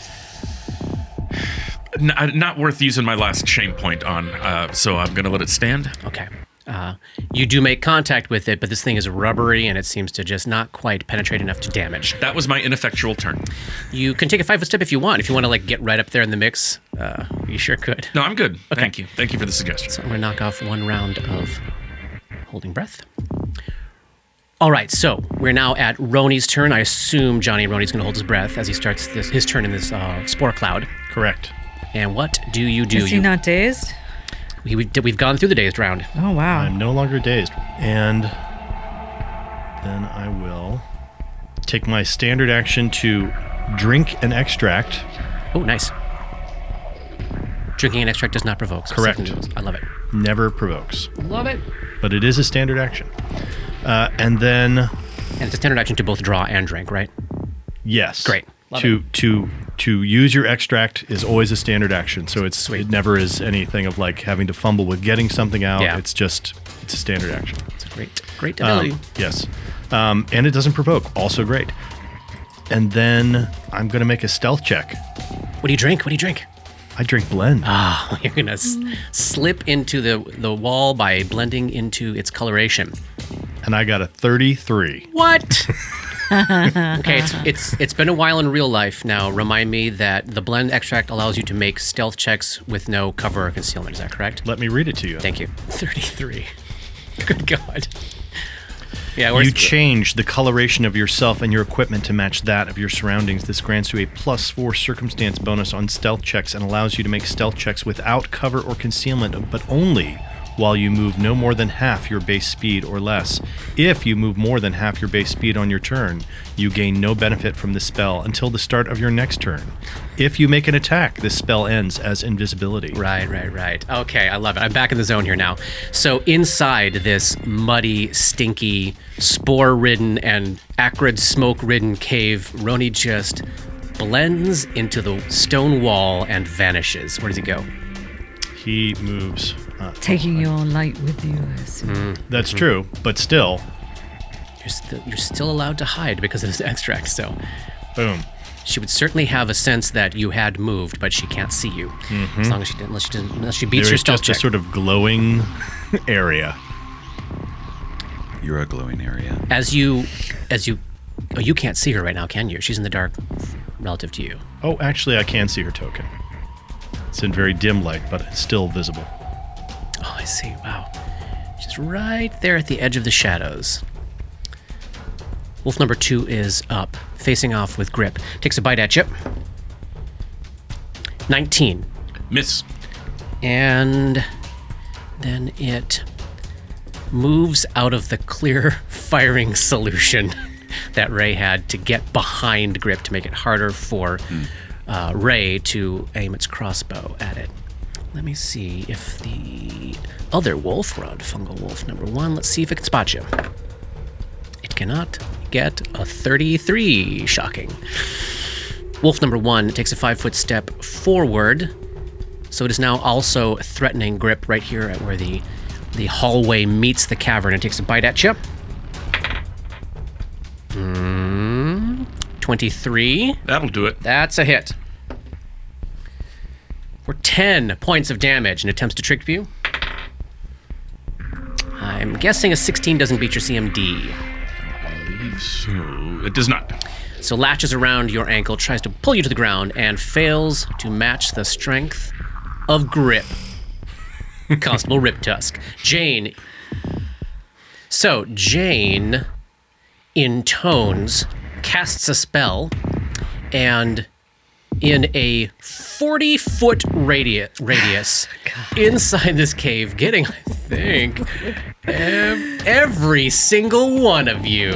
[SPEAKER 6] N- uh, not worth using my last shame point on. Uh, so I'm gonna let it stand.
[SPEAKER 1] Okay. Uh, you do make contact with it, but this thing is rubbery and it seems to just not quite penetrate enough to damage.
[SPEAKER 6] That was my ineffectual turn.
[SPEAKER 1] You can take a five foot step if you want. If you want to like get right up there in the mix, uh, you sure could.
[SPEAKER 6] No, I'm good. Thank you. Thank you for the suggestion.
[SPEAKER 1] So I'm going to knock off one round of holding breath. All right, so we're now at Roni's turn. I assume Johnny Roni's going to hold his breath as he starts this, his turn in this uh, spore cloud.
[SPEAKER 3] Correct.
[SPEAKER 1] And what do you do?
[SPEAKER 4] Is he
[SPEAKER 1] You-
[SPEAKER 4] not dazed?
[SPEAKER 1] we, we've, we've gone through the dazed round.
[SPEAKER 4] Oh wow.
[SPEAKER 3] I'm no longer dazed. And then I will take my standard action to drink an extract.
[SPEAKER 1] Oh, nice. Drinking an extract does not provoke. so
[SPEAKER 3] Correct.
[SPEAKER 1] second does. I love it.
[SPEAKER 3] Never provokes,
[SPEAKER 1] Love it.
[SPEAKER 3] but it is a standard action. Uh, and then
[SPEAKER 1] And it's a standard action to both draw and drink, right?
[SPEAKER 3] Yes.
[SPEAKER 1] Great. Love
[SPEAKER 3] to to to use your extract is always a standard action. So it's
[SPEAKER 1] Sweet.
[SPEAKER 3] it never is anything of like having to fumble with getting something out.
[SPEAKER 1] Yeah.
[SPEAKER 3] It's just it's a standard action.
[SPEAKER 1] It's a great, great
[SPEAKER 3] Um,
[SPEAKER 1] ability.
[SPEAKER 3] yes. Um, and it doesn't provoke. Also great. And then I'm gonna make a stealth check.
[SPEAKER 1] what do you drink? What do you drink?
[SPEAKER 3] I drink blend.
[SPEAKER 1] Ah, you're gonna s- slip into the the wall by blending into its coloration.
[SPEAKER 3] and I got a 33.
[SPEAKER 1] What? okay, it's, it's it's been a while in real life now. Remind me that the blend extract allows you to make stealth checks with no cover or concealment. Is that correct?
[SPEAKER 3] Let me read it to you.
[SPEAKER 1] Thank you. Thirty-three. Good God. Yeah,
[SPEAKER 3] You
[SPEAKER 1] where's
[SPEAKER 3] change the coloration of yourself and your equipment to match that of your surroundings. This grants you a plus four circumstance bonus on stealth checks and allows you to make stealth checks without cover or concealment, but only while you move no more than half your base speed or less. If you move more than half your base speed on your turn, you gain no benefit from the spell until the start of your next turn. If you make an attack, this spell ends as invisibility.
[SPEAKER 1] Right, right, right. Okay, I love it. I'm back in the zone here now. So inside this muddy, stinky, spore-ridden and acrid smoke-ridden cave, Roni just blends into the stone wall and vanishes. Where does he go?
[SPEAKER 3] He moves. Uh,
[SPEAKER 4] Taking your light with you. I assume.
[SPEAKER 6] Mm.
[SPEAKER 3] that's true, but still,
[SPEAKER 1] You're, st- you're still allowed to hide because of this extract, so
[SPEAKER 3] boom.
[SPEAKER 1] she would certainly have a sense that you had moved, but she can't see you as long as she didn't, unless she, didn't, unless she beats
[SPEAKER 3] Mm-hmm. There
[SPEAKER 1] your
[SPEAKER 3] is
[SPEAKER 1] stealth
[SPEAKER 3] just
[SPEAKER 1] check.
[SPEAKER 3] a sort of glowing area.
[SPEAKER 5] You're a glowing area.
[SPEAKER 1] as you, as you, oh, you can't see her right now, can you? She's in the dark relative to you.
[SPEAKER 3] Oh, actually, I can see her token. It's in very dim light, but it's still visible.
[SPEAKER 1] Oh, I see. Wow. She's right there at the edge of the shadows. Wolf number two is up, facing off with Grip. Takes a bite at you. 19.
[SPEAKER 6] Miss.
[SPEAKER 1] And then it moves out of the clear firing solution that Ray had to get behind Grip to make it harder for uh, Ray to aim its crossbow at it. Let me see if the other wolf, Rod Fungal Wolf number one, let's see if it can spot you. It cannot get a 33. Shocking. Wolf number one takes a five foot step forward so it is now also threatening grip right here at where the the hallway meets the cavern and takes a bite at you. Mm, 23.
[SPEAKER 6] That'll do it.
[SPEAKER 1] That's a hit. For 10 points of damage and attempts to trick you. I'm guessing a 16 doesn't beat your CMD.
[SPEAKER 6] So it does not.
[SPEAKER 1] So latches around your ankle, tries to pull you to the ground, and fails to match the strength of grip. Constable Riptusk. Jane. So Jane intones, casts a spell, and in a 40 foot radius, radius inside this cave, getting, I think, ev- every single one of you.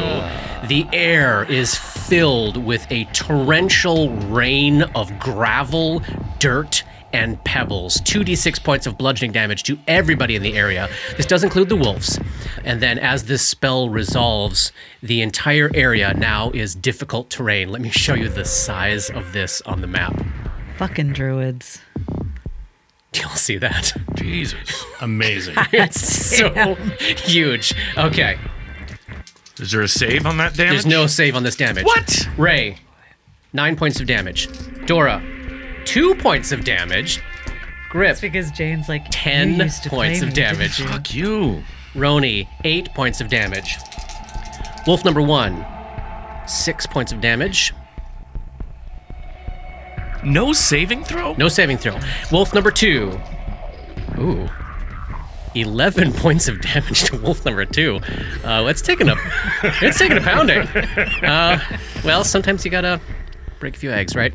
[SPEAKER 1] The air is filled with a torrential rain of gravel, dirt, and pebbles. 2d6 points of bludgeoning damage to everybody in the area. This does include the wolves. And then, as this spell resolves, the entire area now is difficult terrain. Let me show you the size of this on the map.
[SPEAKER 4] Fucking druids.
[SPEAKER 1] You'll see that.
[SPEAKER 6] Jesus.
[SPEAKER 3] Amazing.
[SPEAKER 1] It's so huge. Okay.
[SPEAKER 6] Is there a save on that damage?
[SPEAKER 1] There's no save on this damage.
[SPEAKER 6] What?
[SPEAKER 1] Ray, nine points of damage. Dora, two points of damage. Grip,
[SPEAKER 4] That's because Jane's like
[SPEAKER 1] Ten
[SPEAKER 4] "You used to play
[SPEAKER 1] points of
[SPEAKER 4] me, didn't
[SPEAKER 1] damage.
[SPEAKER 4] you?"
[SPEAKER 6] Fuck you.
[SPEAKER 1] Roni, eight points of damage. Wolf number one, six points of damage.
[SPEAKER 6] No saving throw?
[SPEAKER 1] No saving throw. Wolf number two. Ooh. 11 points of damage to wolf number two. Uh, it's taking a, it's taking a pounding. Uh, well, sometimes you gotta break a few eggs, right?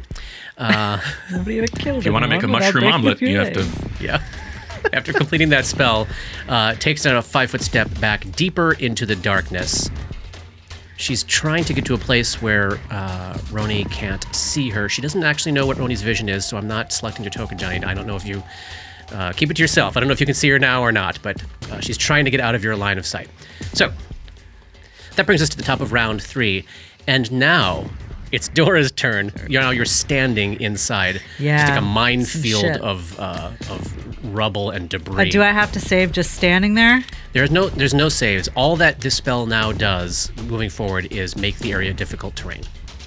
[SPEAKER 1] Uh,
[SPEAKER 4] Nobody would kill
[SPEAKER 6] If you want to make a mushroom omelet, you have to.
[SPEAKER 1] yeah. After completing that spell, uh, takes down a five foot step back deeper into the darkness. She's trying to get to a place where uh, Roni can't see her. She doesn't actually know what Roni's vision is, so I'm not selecting your token, Johnny. I don't know if you. Uh, keep it to yourself. I don't know if you can see her now or not, but uh, she's trying to get out of your line of sight. So, that brings us to the top of round three. And now it's Dora's turn. You're now you're standing inside.
[SPEAKER 4] Yeah,
[SPEAKER 1] Just like a
[SPEAKER 4] some
[SPEAKER 1] minefield
[SPEAKER 4] shit.
[SPEAKER 1] of uh, of rubble and debris.
[SPEAKER 4] Uh, do I have to save just standing there?
[SPEAKER 1] There's no there's no saves. All that this spell now does moving forward is make the area difficult terrain.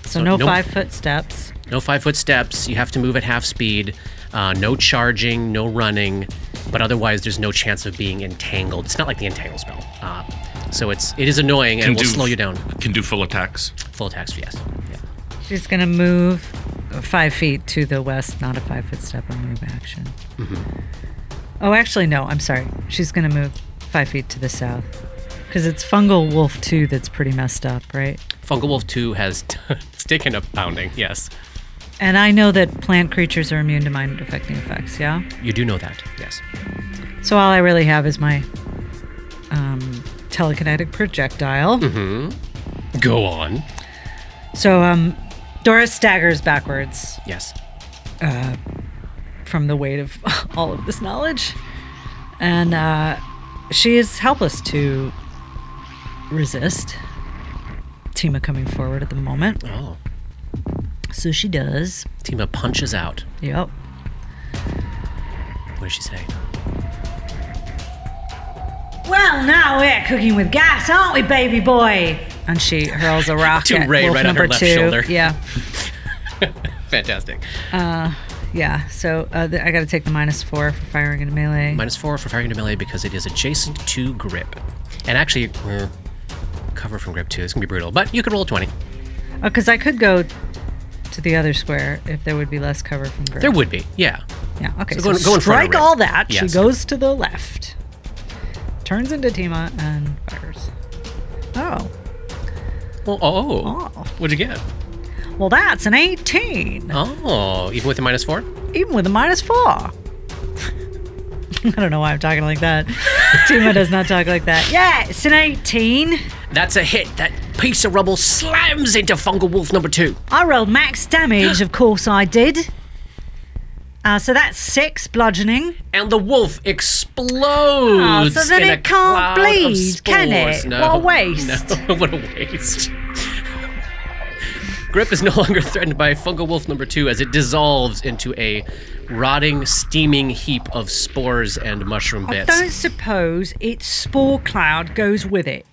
[SPEAKER 4] So, no
[SPEAKER 1] no-
[SPEAKER 4] five foot steps.
[SPEAKER 1] No five foot steps. You have to move at half speed. Uh, no charging. No running. But otherwise, there's no chance of being entangled. It's not like the entangle spell. Uh, so it's it is annoying and it will slow you down.
[SPEAKER 6] Can do full attacks.
[SPEAKER 1] Full attacks, yes. Yeah.
[SPEAKER 4] She's gonna move five feet to the west, not a five foot step or move action.
[SPEAKER 6] Mm-hmm.
[SPEAKER 4] Oh, actually, no. I'm sorry. She's gonna move five feet to the south because it's fungal wolf two that's pretty messed up, right?
[SPEAKER 1] Fungal Wolf 2 has t- taken a pounding, yes.
[SPEAKER 4] And I know that plant creatures are immune to mind affecting effects. Yeah.
[SPEAKER 1] You do know that, yes.
[SPEAKER 4] So all I really have is my um, telekinetic projectile.
[SPEAKER 1] Go on.
[SPEAKER 4] So um, Doris staggers backwards
[SPEAKER 1] Yes.
[SPEAKER 4] from the weight of all of this knowledge. And uh, she is helpless to resist Tima coming forward at the moment.
[SPEAKER 1] Oh.
[SPEAKER 4] So she does.
[SPEAKER 1] Tima punches out.
[SPEAKER 4] Yep.
[SPEAKER 1] What does she say?
[SPEAKER 4] Well, now we're cooking with gas, aren't we, baby boy? And she hurls a rock
[SPEAKER 1] To
[SPEAKER 4] at
[SPEAKER 1] Ray
[SPEAKER 4] wolf
[SPEAKER 1] right on her
[SPEAKER 4] number
[SPEAKER 1] left
[SPEAKER 4] two.
[SPEAKER 1] shoulder.
[SPEAKER 4] Yeah,
[SPEAKER 1] Fantastic.
[SPEAKER 4] yeah. So uh, th- I got to take the minus four for firing into melee.
[SPEAKER 1] Minus four for firing into melee because it is adjacent to grip. And actually, uh, cover from grip too. It's going to be brutal, but you could roll a 20.
[SPEAKER 4] Because Oh, I could go to the other square if there would be less cover from Grip.
[SPEAKER 1] There would be, yeah.
[SPEAKER 4] Yeah. Okay.
[SPEAKER 1] So
[SPEAKER 4] So,
[SPEAKER 1] go in- go in front of
[SPEAKER 4] strike
[SPEAKER 1] Ray.
[SPEAKER 4] all that.
[SPEAKER 1] Yes.
[SPEAKER 4] She goes to the left, turns into Tima, and fires. Oh.
[SPEAKER 1] Well, oh, oh.
[SPEAKER 4] Oh.
[SPEAKER 1] What'd you get?
[SPEAKER 4] Well, that's an 18,
[SPEAKER 1] Oh, even with a minus four?
[SPEAKER 4] even with a minus four. I don't know why I'm talking like that. Tima does not talk like that. Yeah, it's an 18.
[SPEAKER 1] That's a hit. That piece of rubble slams into Fungal Wolf number two.
[SPEAKER 4] I rolled max damage, of course I did. Uh, so that's six bludgeoning.
[SPEAKER 1] and the wolf explodes.
[SPEAKER 4] Oh, so then
[SPEAKER 1] in a
[SPEAKER 4] it can't
[SPEAKER 1] cloud of
[SPEAKER 4] bleed, can
[SPEAKER 1] spores.
[SPEAKER 4] it?
[SPEAKER 1] No,
[SPEAKER 4] What a waste.
[SPEAKER 1] No, what a waste. Grip is no longer threatened by fungal wolf number two as it dissolves into a rotting, steaming heap of spores and mushroom
[SPEAKER 4] I
[SPEAKER 1] bits.
[SPEAKER 4] don't suppose its spore cloud goes with it.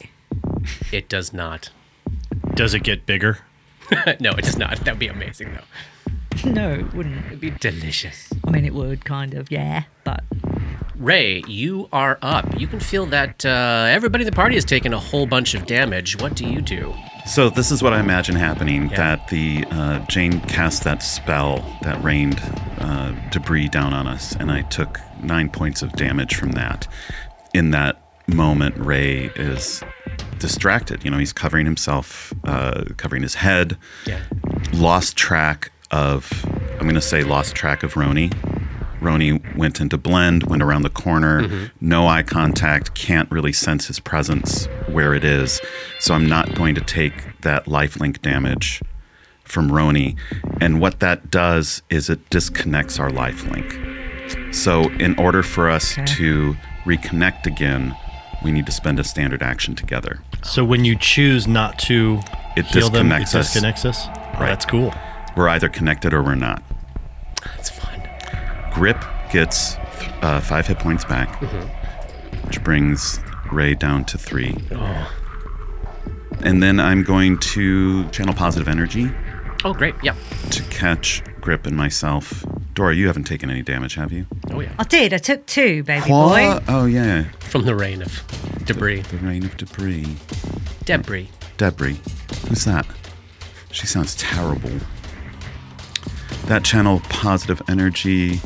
[SPEAKER 1] It does not.
[SPEAKER 3] Does it get bigger?
[SPEAKER 1] no, it does not. That would be amazing, though.
[SPEAKER 4] no, it wouldn't. It'd be.
[SPEAKER 1] Delicious.
[SPEAKER 4] I mean, it would kind of, yeah, but
[SPEAKER 1] Ray, you are up. You can feel that uh, everybody in the party has taken a whole bunch of damage. What do you do?
[SPEAKER 5] So this is what I imagine happening:
[SPEAKER 1] Yeah.
[SPEAKER 5] that the uh, Jane cast that spell that rained uh, debris down on us, and I took nine points of damage from that. In that moment, Ray is distracted. You know, he's covering himself, uh, covering his head.
[SPEAKER 1] Yeah.
[SPEAKER 5] Lost track of. I'm going to say lost track of Roni. Roni went into blend, went around the corner, no eye contact, can't really sense his presence where it is. So I'm not going to take that lifelink damage from Roni. And what that does is it disconnects our lifelink. So in order for us
[SPEAKER 4] Okay.
[SPEAKER 5] to reconnect again, we need to spend a standard action together.
[SPEAKER 3] So when you choose not to
[SPEAKER 5] It
[SPEAKER 3] heal them, it
[SPEAKER 5] disconnects us.
[SPEAKER 3] disconnects us. Oh,
[SPEAKER 5] Right.
[SPEAKER 3] That's cool.
[SPEAKER 5] We're either connected or we're not.
[SPEAKER 1] That's fun.
[SPEAKER 5] Grip gets uh, five hit points back, which brings Ray down to three. And then I'm going to channel positive energy
[SPEAKER 1] Oh, great. Yeah.
[SPEAKER 5] to catch Grip and myself. Dora, you haven't taken any damage, have you?
[SPEAKER 1] Oh, yeah.
[SPEAKER 4] I did. I took two, baby boy.
[SPEAKER 5] What? Oh, yeah.
[SPEAKER 1] From the rain of debris.
[SPEAKER 5] The rain of debris.
[SPEAKER 1] Debris.
[SPEAKER 5] Debris. Who's that? She sounds terrible. That channel positive energy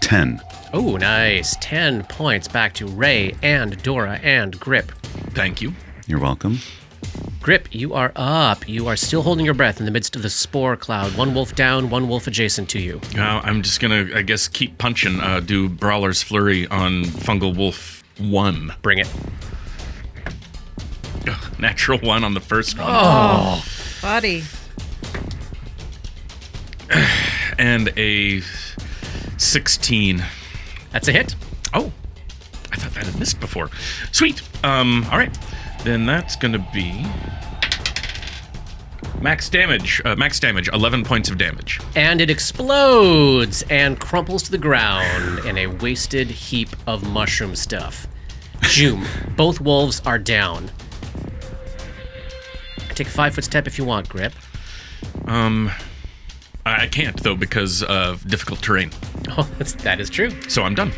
[SPEAKER 5] 10.
[SPEAKER 1] Oh, nice. 10 points back to Ray and Dora and Grip.
[SPEAKER 6] Thank you.
[SPEAKER 5] You're welcome.
[SPEAKER 1] Grip, you are up. You are still holding your breath in the midst of the spore cloud. One wolf down, one wolf adjacent to you.
[SPEAKER 6] Uh, I'm just gonna, I guess, keep punching. Uh, do Brawler's Flurry on Fungal Wolf One.
[SPEAKER 1] Bring it.
[SPEAKER 6] Ugh, natural one on the first one,
[SPEAKER 1] Oh.
[SPEAKER 4] Buddy.
[SPEAKER 6] and a 16.
[SPEAKER 1] That's a hit.
[SPEAKER 6] Oh, I thought that had missed before. Sweet. Um, all right, then that's gonna be max damage. Uh, max damage. 11 points of damage.
[SPEAKER 1] And it explodes and crumples to the ground in a wasted heap of mushroom stuff. Joom, both wolves are down. Take a five foot step if you want, Grip.
[SPEAKER 6] I I can't though because of difficult terrain.
[SPEAKER 1] Oh, that's, that is true.
[SPEAKER 6] So I'm done.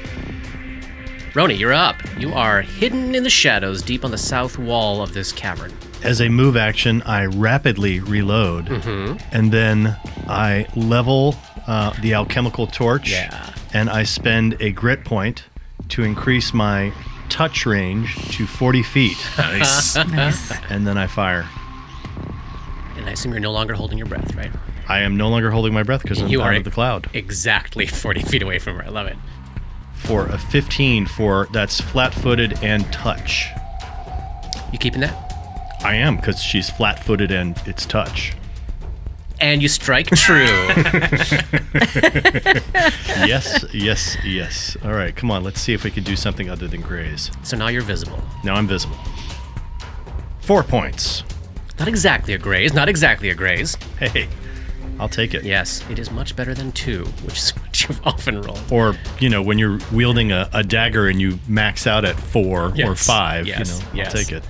[SPEAKER 1] Roni, you're up. You are hidden in the shadows deep on the south wall of this cavern.
[SPEAKER 3] As a move action, I rapidly reload,
[SPEAKER 1] Mm-hmm.
[SPEAKER 3] and then I level uh, the alchemical torch,
[SPEAKER 1] Yeah.
[SPEAKER 3] and I spend a grit point to increase my touch range to 40 feet,
[SPEAKER 6] Nice.
[SPEAKER 4] Nice.
[SPEAKER 3] and then I fire.
[SPEAKER 1] And I assume you're no longer holding your breath, right?
[SPEAKER 3] I am no longer holding my breath because I'm
[SPEAKER 1] You
[SPEAKER 3] out
[SPEAKER 1] are-
[SPEAKER 3] of the cloud.
[SPEAKER 1] Exactly 40 feet away from her. I love it.
[SPEAKER 3] For a 15, for that's flat-footed and touch.
[SPEAKER 1] You keeping that?
[SPEAKER 3] I am because she's flat-footed and it's touch.
[SPEAKER 1] And you strike true.
[SPEAKER 3] yes, yes, yes. All right, come on. Let's see if we could do something other than graze.
[SPEAKER 1] so now you're visible.
[SPEAKER 3] Now I'm visible. Four points.
[SPEAKER 1] Not exactly a graze, not exactly a graze.
[SPEAKER 3] Hey, I'll take it.
[SPEAKER 1] Yes, it is much better than two, which is what you've often rolled.
[SPEAKER 3] Or, you know, when you're wielding a, a dagger and you max out at four or
[SPEAKER 1] Yes,
[SPEAKER 3] five,
[SPEAKER 1] yes,
[SPEAKER 3] you know,
[SPEAKER 1] yes.
[SPEAKER 3] I'll take it.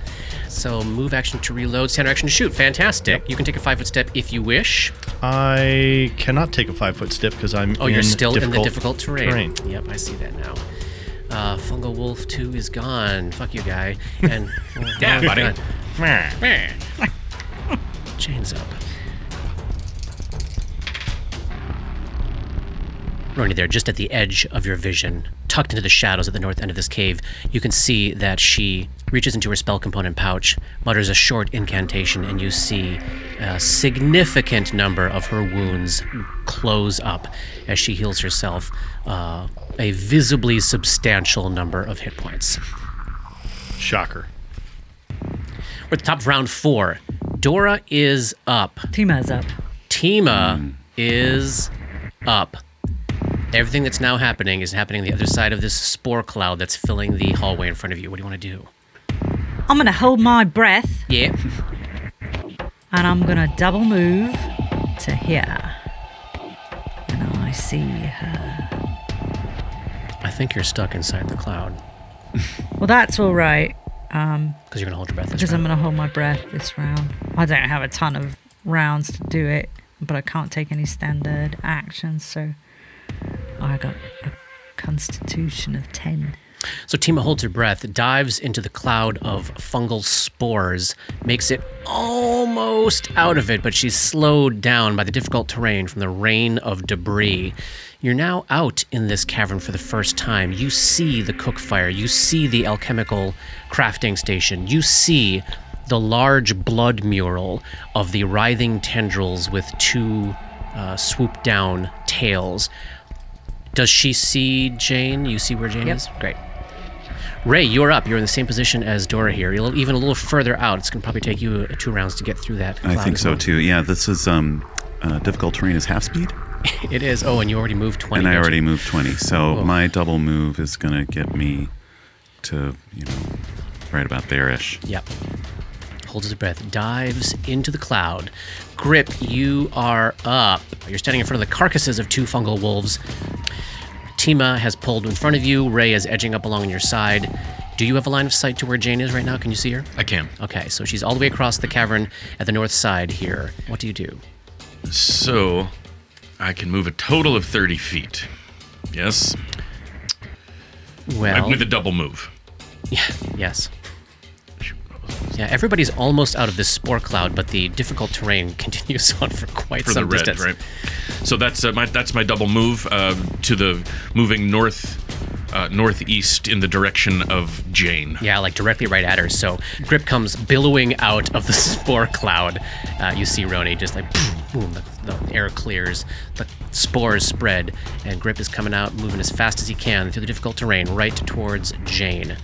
[SPEAKER 1] So move action to reload, center action to shoot. Fantastic. You can take a five foot step if you wish.
[SPEAKER 3] I cannot take a five foot step because I'm
[SPEAKER 1] Oh,
[SPEAKER 3] in
[SPEAKER 1] you're still
[SPEAKER 3] difficult
[SPEAKER 1] in the difficult terrain. Yep, I see that now. Uh, Fungal Wolf 2 is gone. Fuck you, guy. And
[SPEAKER 6] Yeah, buddy.
[SPEAKER 1] God. Chains up. Rony, there, just at the edge of your vision, tucked into the shadows at the north end of this cave, you can see that she reaches into her spell component pouch, mutters a short incantation, and you see a significant number of her wounds close up as she heals herself uh, a visibly substantial number of hit points.
[SPEAKER 3] Shocker.
[SPEAKER 1] We're at the top of round four. Dora is up.
[SPEAKER 4] Tima's up.
[SPEAKER 1] Tima is up. Everything that's now happening is happening on the other side of this spore cloud that's filling the hallway in front of you. What do you want to do?
[SPEAKER 4] I'm going to hold my breath
[SPEAKER 1] Yeah.
[SPEAKER 4] and I'm going to double move to here. And I see her.
[SPEAKER 1] I think you're stuck inside the cloud
[SPEAKER 4] Well, that's all right
[SPEAKER 1] because you're going to hold your breath. This
[SPEAKER 4] because I'm
[SPEAKER 1] round.
[SPEAKER 4] going to hold my breath this round. I don't have a ton of rounds to do it. but I can't take any standard actions, so I got a constitution of 10.
[SPEAKER 1] So Tima holds her breath, dives into the cloud of fungal spores, makes it almost out of it, but she's slowed down by the difficult terrain from the rain of debris. You're now out in this cavern for the first time. You see the cook fire, you see the alchemical crafting station, you see the large blood mural of the writhing tendrils with two uh, swoop down tails. Does she see Jane? You see where Jane
[SPEAKER 4] Yep.
[SPEAKER 1] is? Great. Ray, you're up. You're in the same position as Dora here. You're even a little further out. It's going to probably take you uh, two rounds to get through that.
[SPEAKER 5] I
[SPEAKER 1] cloud
[SPEAKER 5] think
[SPEAKER 1] as
[SPEAKER 5] so
[SPEAKER 1] well.
[SPEAKER 5] too. Yeah, this is um, uh, difficult terrain is half speed,
[SPEAKER 1] It is. Oh, and you already moved 20.
[SPEAKER 5] and I
[SPEAKER 1] don't you?
[SPEAKER 5] already moved twenty.
[SPEAKER 1] Oh,
[SPEAKER 5] So my double move is gonna get me to you know right about there ish.
[SPEAKER 1] Yep. Holds his breath, dives into the cloud. Grip, you are up. You're standing in front of the carcasses of two fungal wolves. Tima has pulled in front of you. Ray is edging up along your side. Do you have a line of sight to where Jane is right now? Can you see her?
[SPEAKER 6] I can.
[SPEAKER 1] Okay, so she's all the way across the cavern at the north side here. What do you do?
[SPEAKER 6] So I can move a total of 30 feet. Yes.
[SPEAKER 1] Well,
[SPEAKER 6] With a double move.
[SPEAKER 1] yeah, yes. Yeah, everybody's almost out of this spore cloud, but the difficult terrain continues on for quite
[SPEAKER 6] for
[SPEAKER 1] some
[SPEAKER 6] the red,
[SPEAKER 1] distance.
[SPEAKER 6] right? So that's uh, my that's my double move uh, to the moving north uh, northeast in the direction of Jane.
[SPEAKER 1] Yeah, like directly right at her. So Grip comes billowing out of the spore cloud. Uh, you see Roni just like boom, boom the, the air clears, the spores spread, and Grip is coming out, moving as fast as he can through the difficult terrain, right towards Jane.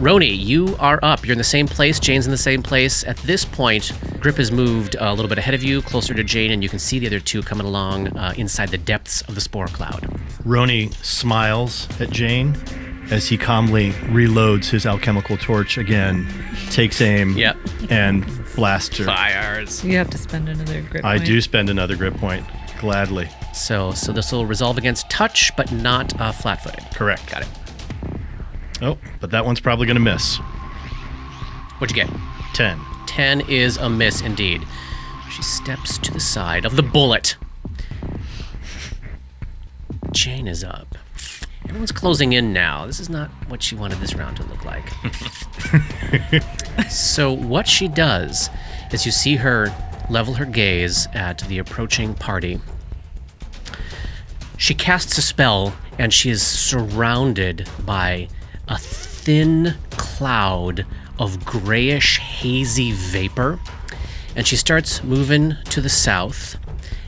[SPEAKER 1] Roni, you are up. You're in the same place. Jane's in the same place. At this point, Grip has moved a little bit ahead of you, closer to Jane, and you can see the other two coming along uh, inside the depths of the spore cloud.
[SPEAKER 3] Roni smiles at Jane as he calmly reloads his alchemical torch again, takes aim,
[SPEAKER 1] Yep.
[SPEAKER 3] and blasts her.
[SPEAKER 1] Fires.
[SPEAKER 4] You have to spend another grip.
[SPEAKER 3] I
[SPEAKER 4] point.
[SPEAKER 3] do spend another grip point, gladly.
[SPEAKER 1] So, so this will resolve against touch, but not uh, flat-footed.
[SPEAKER 3] Correct.
[SPEAKER 1] Got it.
[SPEAKER 3] Oh, but that one's probably going to miss.
[SPEAKER 1] What'd you get?
[SPEAKER 3] 10.
[SPEAKER 1] 10 is a miss indeed. She steps to the side of the bullet. Jane is up. Everyone's closing in now. This is not what she wanted this round to look like. so, what she does is you see her level her gaze at the approaching party. She casts a spell and she is surrounded by a thin cloud of grayish, hazy vapor. And she starts moving to the south,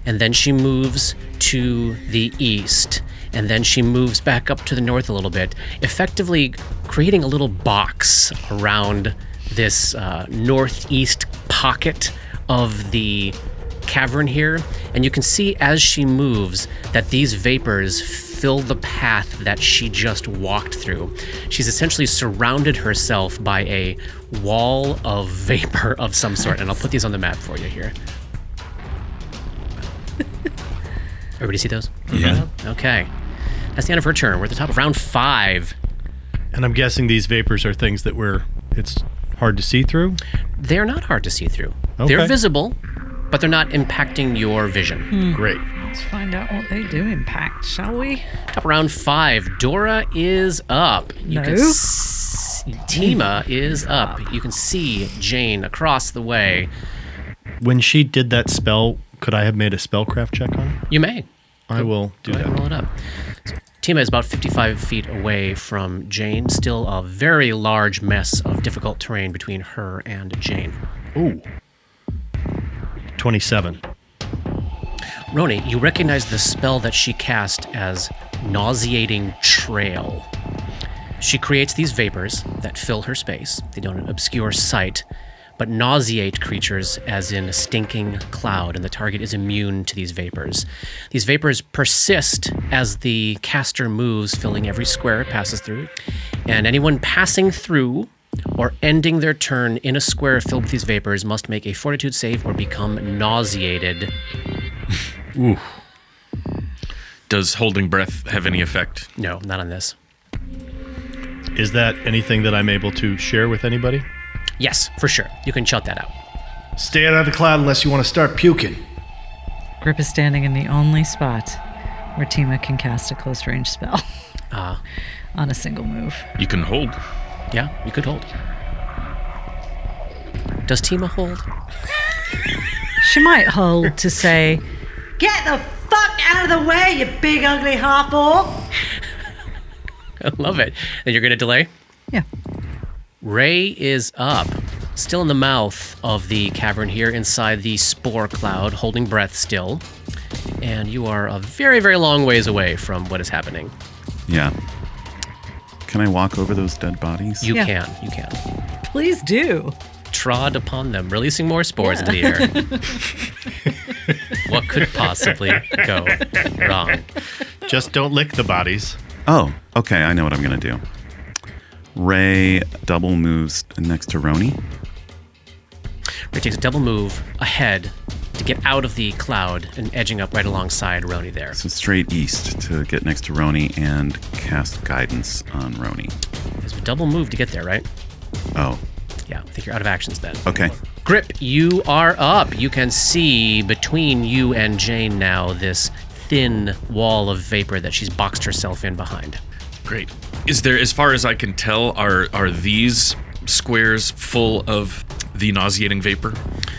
[SPEAKER 1] and then she moves to the east, and then she moves back up to the north a little bit, effectively creating a little box around this uh, northeast pocket of the cavern here, and you can see as she moves that these vapors fill the path that she just walked through. She's essentially surrounded herself by a wall of vapor of some sort, and I'll put these on the map for you here. Everybody see those? Mm-hmm.
[SPEAKER 5] Yeah.
[SPEAKER 1] Okay. That's the end of her turn. We're at the top of round five.
[SPEAKER 3] And I'm guessing these vapors are things that we're, it's hard to see through.
[SPEAKER 1] They're not hard to see through. They're
[SPEAKER 3] Okay.
[SPEAKER 1] visible, but they're not impacting your vision.
[SPEAKER 3] Great.
[SPEAKER 4] Let's find out what they do impact, shall we?
[SPEAKER 1] Top of round five. Dora is up. You can
[SPEAKER 4] No.
[SPEAKER 1] s- Tima is up. You can see Jane across the way.
[SPEAKER 3] When she did that spell, could I have made a spellcraft check on it?
[SPEAKER 1] You may.
[SPEAKER 3] I will do
[SPEAKER 1] Go ahead and
[SPEAKER 3] that.
[SPEAKER 1] roll it up. So, Tima is about 55 feet away from Jane. Still a very large mess of difficult terrain between her and Jane.
[SPEAKER 3] Ooh. 27.
[SPEAKER 1] Roni, you recognize the spell that she cast as nauseating trail. She creates these vapors that fill her space. They don't obscure sight, but nauseate creatures as in a stinking cloud, and the target is immune to these vapors. These vapors persist as the caster moves, filling every square it passes through. And anyone passing through or ending their turn in a square filled with these vapors must make a fortitude save or become nauseated
[SPEAKER 6] Does holding breath have any effect?
[SPEAKER 1] No, not on this.
[SPEAKER 3] Is that anything that I'm able to share with anybody?
[SPEAKER 1] Yes, for sure. You can shut that out.
[SPEAKER 7] Stay out of the cloud unless you want to start puking.
[SPEAKER 4] Grip is standing in the only spot where Tima can cast a close range spell
[SPEAKER 3] Ah.
[SPEAKER 1] Uh,
[SPEAKER 4] on a single move.
[SPEAKER 6] You can hold.
[SPEAKER 1] yeah, you could hold. Does Tima hold?
[SPEAKER 4] She might hold to say, Get the fuck out of the way, you big ugly half orc!
[SPEAKER 1] I love it. And you're going to delay?
[SPEAKER 4] Yeah.
[SPEAKER 1] Ray is up, still in the mouth of the cavern here inside the spore cloud, holding breath still. And you are a very, very long ways away from what is happening.
[SPEAKER 5] Yeah. Can I walk over those dead bodies?
[SPEAKER 1] You
[SPEAKER 4] Yeah.
[SPEAKER 1] can, you can.
[SPEAKER 4] Please do.
[SPEAKER 1] Trod upon them, releasing more spores into the air. what could possibly go wrong?
[SPEAKER 3] Just don't lick the bodies.
[SPEAKER 5] Oh, okay. I know what I'm going to do. Ray double moves next to Roni.
[SPEAKER 1] Ray takes a double move ahead to get out of the cloud and edging up right alongside Roni there.
[SPEAKER 5] So straight east to get next to Roni and cast guidance on Roni.
[SPEAKER 1] It's a double move to get there, right?
[SPEAKER 5] Oh,
[SPEAKER 1] Yeah, I think you're out of actions then.
[SPEAKER 5] okay.
[SPEAKER 1] Grip, you are up. You can see between you and Jane now this thin wall of vapor that she's boxed herself in behind.
[SPEAKER 6] Great. Is there, as far as I can tell, are are these squares full of the nauseating vapor?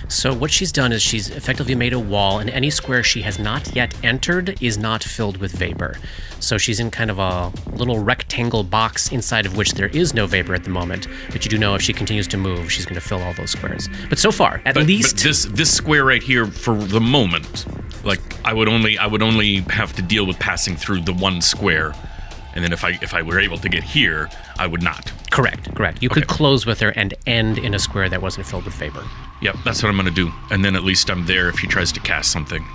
[SPEAKER 1] So, what she's done is she's effectively made a wall, and any square she has not yet entered is not filled with vapor. So, she's in kind of a little rectangle box inside of which there is no vapor at the moment. But you do know if she continues to move, she's going to fill all those squares. But so far, at
[SPEAKER 6] But-
[SPEAKER 1] least.
[SPEAKER 6] but this this square right here for the moment, like I would only I would only have to deal with passing through the one square, and then if I if I were able to get here, I would not.
[SPEAKER 1] correct, correct. You could
[SPEAKER 6] Okay.
[SPEAKER 1] close with her and end in a square that wasn't filled with vapor.
[SPEAKER 6] Yep, that's what I'm gonna do, and then at least I'm there if he tries to cast something.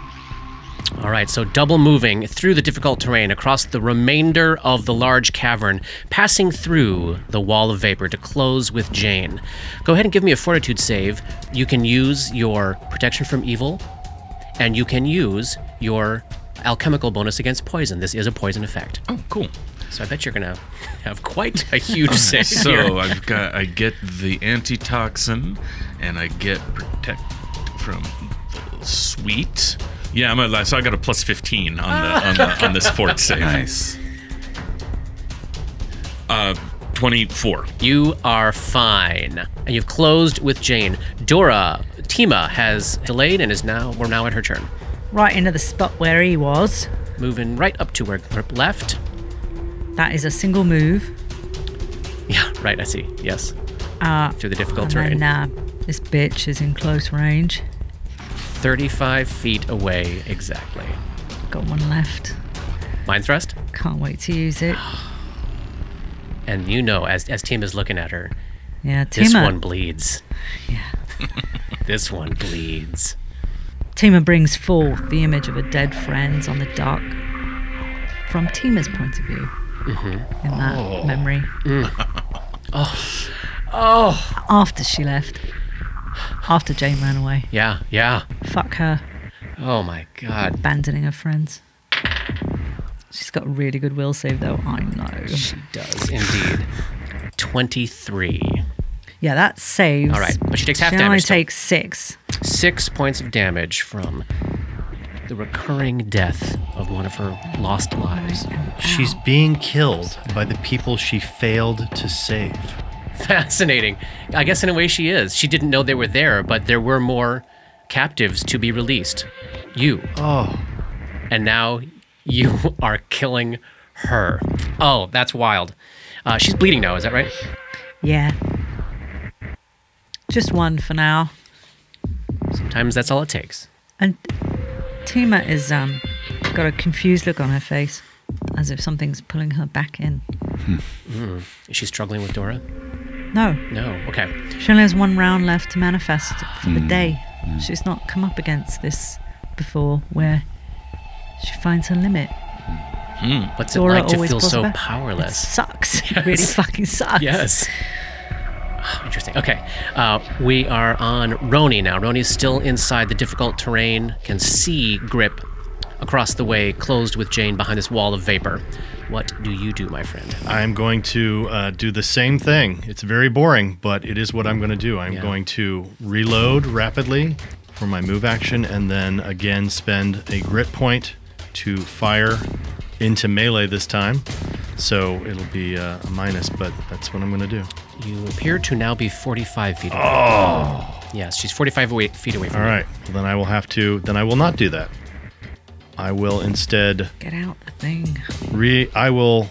[SPEAKER 1] All right, so double moving through the difficult terrain across the remainder of the large cavern, passing through the wall of vapor to close with Jane. Go ahead and give me a fortitude save. You can use your protection from evil, and you can use your alchemical bonus against poison. This is a poison effect.
[SPEAKER 6] Oh, cool.
[SPEAKER 1] So I bet you're going to have quite a huge save. here.
[SPEAKER 6] So I've got I get the antitoxin, and I get protect from sweet. Yeah, I'm a, so I got a plus 15 on the on, the, on this fort save.
[SPEAKER 5] Nice.
[SPEAKER 6] Uh, 24.
[SPEAKER 1] You are fine. And you've closed with Jane. Dora, Tima has delayed and is now, we're now at her turn.
[SPEAKER 4] Right into the spot where he was.
[SPEAKER 1] moving right up to where Grip left.
[SPEAKER 4] That is a single move.
[SPEAKER 1] Yeah, right, I see. Yes.
[SPEAKER 4] Uh,
[SPEAKER 1] Through the difficult
[SPEAKER 4] and
[SPEAKER 1] terrain.
[SPEAKER 4] then, uh, this bitch is in close range.
[SPEAKER 1] 35 feet away, exactly.
[SPEAKER 4] Got one left.
[SPEAKER 1] Mind thrust?
[SPEAKER 4] Can't wait to use it.
[SPEAKER 1] And you know, as, as Tim is looking at her,
[SPEAKER 4] Yeah,
[SPEAKER 1] this
[SPEAKER 4] Tima.
[SPEAKER 1] one bleeds.
[SPEAKER 4] Yeah.
[SPEAKER 1] This one bleeds.
[SPEAKER 4] Tima brings forth the image of her dead friends on the dock from Tima's point of view
[SPEAKER 1] Mm-hmm.
[SPEAKER 4] in that memory.
[SPEAKER 1] Mm. Oh.
[SPEAKER 4] oh. oh. After she left. After Jane ran away.
[SPEAKER 1] Yeah, yeah.
[SPEAKER 4] Fuck her,
[SPEAKER 1] Oh my god.
[SPEAKER 4] abandoning her friends. She's got a really good will save, though. I know.
[SPEAKER 1] Does indeed. 23.
[SPEAKER 4] Yeah, that saves.
[SPEAKER 1] All right, but she takes half
[SPEAKER 4] she only
[SPEAKER 1] damage still.
[SPEAKER 4] takes six.
[SPEAKER 1] Six points of damage from the recurring death of one of her lost lives.
[SPEAKER 3] She's being killed by the people she failed to save.
[SPEAKER 1] Fascinating. I guess in a way she is. She didn't know they were there, but there were more captives to be released. You.
[SPEAKER 3] Oh,
[SPEAKER 1] And now you are killing her. Oh, that's wild. Uh, she's bleeding now, is that right?
[SPEAKER 4] Yeah. Just one for now.
[SPEAKER 1] Sometimes that's all it takes.
[SPEAKER 4] And Tima is um got a confused look on her face, as if something's pulling her back in.
[SPEAKER 1] Is she struggling with Dora?
[SPEAKER 4] No,
[SPEAKER 1] No. Okay.
[SPEAKER 4] she only has one round left to manifest for
[SPEAKER 1] Hmm.
[SPEAKER 4] the day. She's not come up against this before, where she finds her limit.
[SPEAKER 1] What's
[SPEAKER 4] Dora
[SPEAKER 1] it like to
[SPEAKER 4] always
[SPEAKER 1] feel
[SPEAKER 4] pulls her
[SPEAKER 1] so
[SPEAKER 4] back. It
[SPEAKER 1] powerless?
[SPEAKER 4] sucks. It really fucking sucks.
[SPEAKER 1] Yes. Interesting. Okay. Uh, we are on Roni now. Roni's still inside the difficult terrain, can see Grip across the way, closed with Jane behind this wall of vapor. What do you do, my friend?
[SPEAKER 3] I'm going to uh, do the same thing. It's very boring, but it is what I'm going to do. I'm going to reload rapidly for for my move action, and then again spend a grit point to fire into melee this time. So it'll be uh, a minus, but that's what I'm going to do.
[SPEAKER 1] You appear to now be 45 feet away. Oh. Yes, she's 45 away, feet away from
[SPEAKER 3] All
[SPEAKER 1] you.
[SPEAKER 3] right. Well, then I will have to. Then I will not do that. I will instead
[SPEAKER 4] Get out the thing.
[SPEAKER 3] re. I will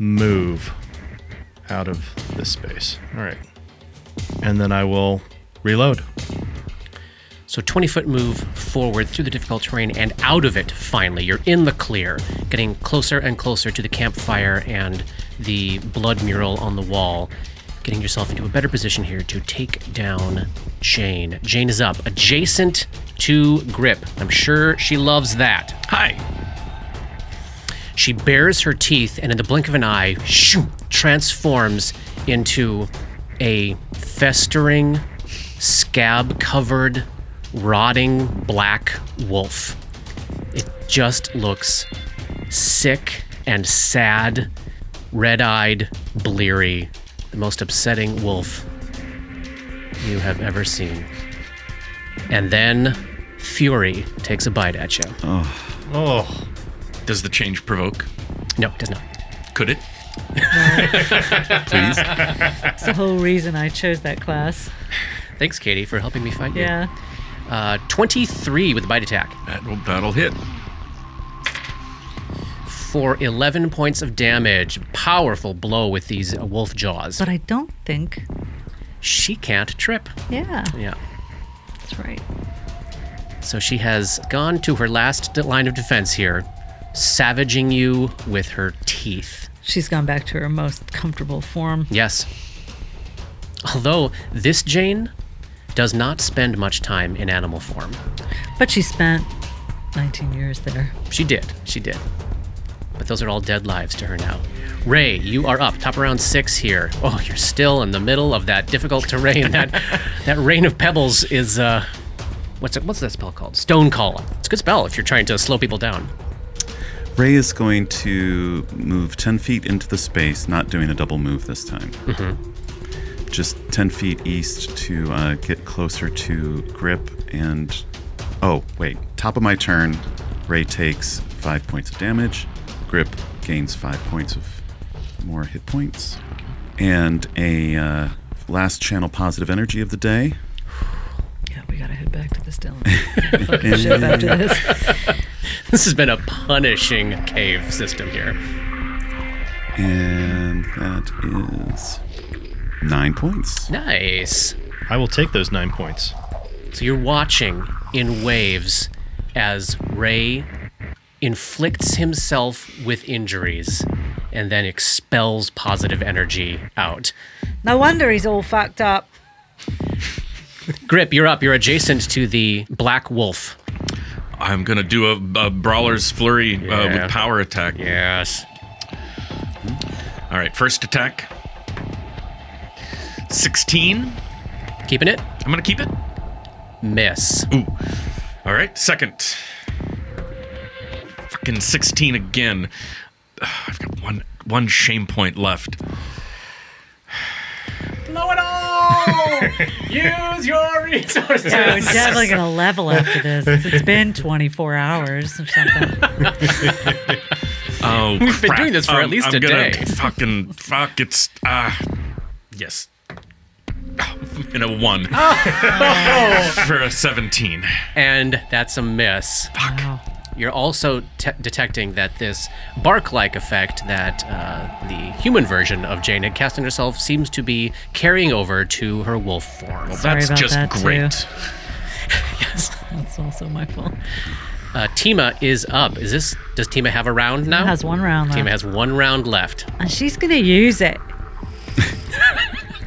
[SPEAKER 3] move out of this space. All right. And then I will reload.
[SPEAKER 1] So 20 foot move forward through the difficult terrain and out of it finally. You're in the clear, getting closer and closer to the campfire and the blood mural on the wall, getting yourself into a better position here to take down Jane. Jane is up, adjacent to Grip. I'm sure she loves that.
[SPEAKER 6] Hi.
[SPEAKER 1] She bares her teeth and, in the blink of an eye, shoo, transforms into a festering, scab covered, rotting black wolf. It just looks sick and sad, red eyed, bleary, the most upsetting wolf you have ever seen. And then Fury takes a bite at you.
[SPEAKER 3] Oh,
[SPEAKER 6] Does the change provoke?
[SPEAKER 1] No, it does not.
[SPEAKER 6] Could it?
[SPEAKER 5] Please.
[SPEAKER 4] That's the whole reason I chose that class.
[SPEAKER 1] Thanks, Katie, for helping me fight you.
[SPEAKER 4] Yeah.
[SPEAKER 1] Uh, 23 with bite attack
[SPEAKER 6] That'll, that'll hit.
[SPEAKER 1] for 11 points of damage. Powerful blow with these uh, wolf jaws.
[SPEAKER 4] But I don't think.
[SPEAKER 1] she can't trip.
[SPEAKER 4] Yeah,
[SPEAKER 1] Yeah.
[SPEAKER 4] that's right.
[SPEAKER 1] So she has gone to her last de- line of defense here, savaging you with her teeth.
[SPEAKER 4] She's gone back to her most comfortable form.
[SPEAKER 1] Yes. Although this Jane does not spend much time in animal form.
[SPEAKER 4] But she spent 19 years there.
[SPEAKER 1] She did. She did. But those are all dead lives to her now. Ray, you are up. Top around six here. Oh, you're still in the middle of that difficult terrain. that that rain of pebbles is uh, what's it, what's that spell called? Stone column. It's a good spell if you're trying to slow people down.
[SPEAKER 5] Ray is going to move 10 feet into the space, not doing a double move this time. Just 10 feet east to uh, get closer to grip and. Oh, wait. Top of my turn, Ray takes five points of damage. Grip gains five points of more hit points. And a uh, last channel positive energy of the day.
[SPEAKER 4] Yeah, we gotta head back to this Dylan. Fucking ship after this.
[SPEAKER 1] This has been a punishing cave system here.
[SPEAKER 5] And that is nine points.
[SPEAKER 1] Nice.
[SPEAKER 3] I will take those nine points.
[SPEAKER 1] So you're watching in waves as Ray inflicts himself with injuries and then expels positive energy out.
[SPEAKER 4] No wonder he's all fucked up.
[SPEAKER 1] Grip, you're up. You're adjacent to the black wolf.
[SPEAKER 6] I'm going to do a, a Brawler's Flurry uh,
[SPEAKER 1] Yeah.
[SPEAKER 6] with power attack.
[SPEAKER 1] Yes.
[SPEAKER 6] All right, first attack 16.
[SPEAKER 1] Keeping it?
[SPEAKER 6] I'm going to keep it.
[SPEAKER 1] Miss.
[SPEAKER 6] Ooh. All right, second. Fucking 16 again. Ugh, I've got one one shame point left.
[SPEAKER 1] Use your resources.
[SPEAKER 4] Yeah, we're definitely gonna level after this. It's been 24 hours or something.
[SPEAKER 6] Oh,
[SPEAKER 1] We've been
[SPEAKER 6] crap.
[SPEAKER 1] doing this for at least
[SPEAKER 6] I'm
[SPEAKER 1] a
[SPEAKER 6] gonna
[SPEAKER 1] day.
[SPEAKER 6] Fucking fuck! It's ah, yes, and a one
[SPEAKER 1] Oh.
[SPEAKER 6] for a seventeen.
[SPEAKER 1] And that's a miss.
[SPEAKER 4] Wow.
[SPEAKER 1] You're also te- detecting that this bark like effect that uh, the human version of Jane had cast on herself seems to be carrying over to her wolf form.
[SPEAKER 4] Sorry
[SPEAKER 6] That's
[SPEAKER 4] about
[SPEAKER 6] just
[SPEAKER 4] that, too.
[SPEAKER 6] great.
[SPEAKER 4] That's also my fault.
[SPEAKER 1] Uh, Tima is up. Is this? Does Tima have a round now?
[SPEAKER 4] Oh, Has one round left.
[SPEAKER 1] Tima has one round left.
[SPEAKER 4] and she's gonna use it.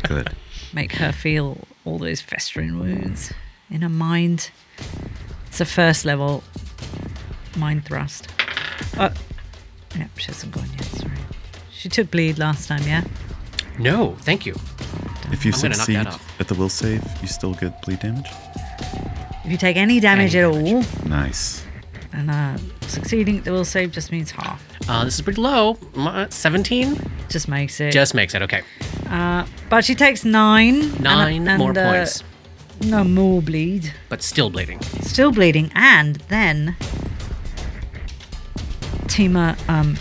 [SPEAKER 5] Good.
[SPEAKER 4] Make her feel all those festering wounds in her mind. It's a first level mind thrust. Oh, no, she hasn't gone yet. Sorry. She took bleed last time, yeah?
[SPEAKER 1] No, thank you.
[SPEAKER 5] If you
[SPEAKER 1] I'm gonna knock
[SPEAKER 5] succeed
[SPEAKER 1] that off.
[SPEAKER 5] at the will save, you still get bleed damage.
[SPEAKER 4] If you take any damage
[SPEAKER 1] Any
[SPEAKER 4] at all,
[SPEAKER 5] Nice.
[SPEAKER 4] and uh, succeeding at the will save just means half.
[SPEAKER 1] Uh, this is pretty low. Uh, 17?
[SPEAKER 4] Just makes it.
[SPEAKER 1] Just makes it. Okay.
[SPEAKER 4] Uh, but she takes nine.
[SPEAKER 1] Nine more points.
[SPEAKER 4] No more bleed.
[SPEAKER 1] but still bleeding.
[SPEAKER 4] Still bleeding, and then Tima um,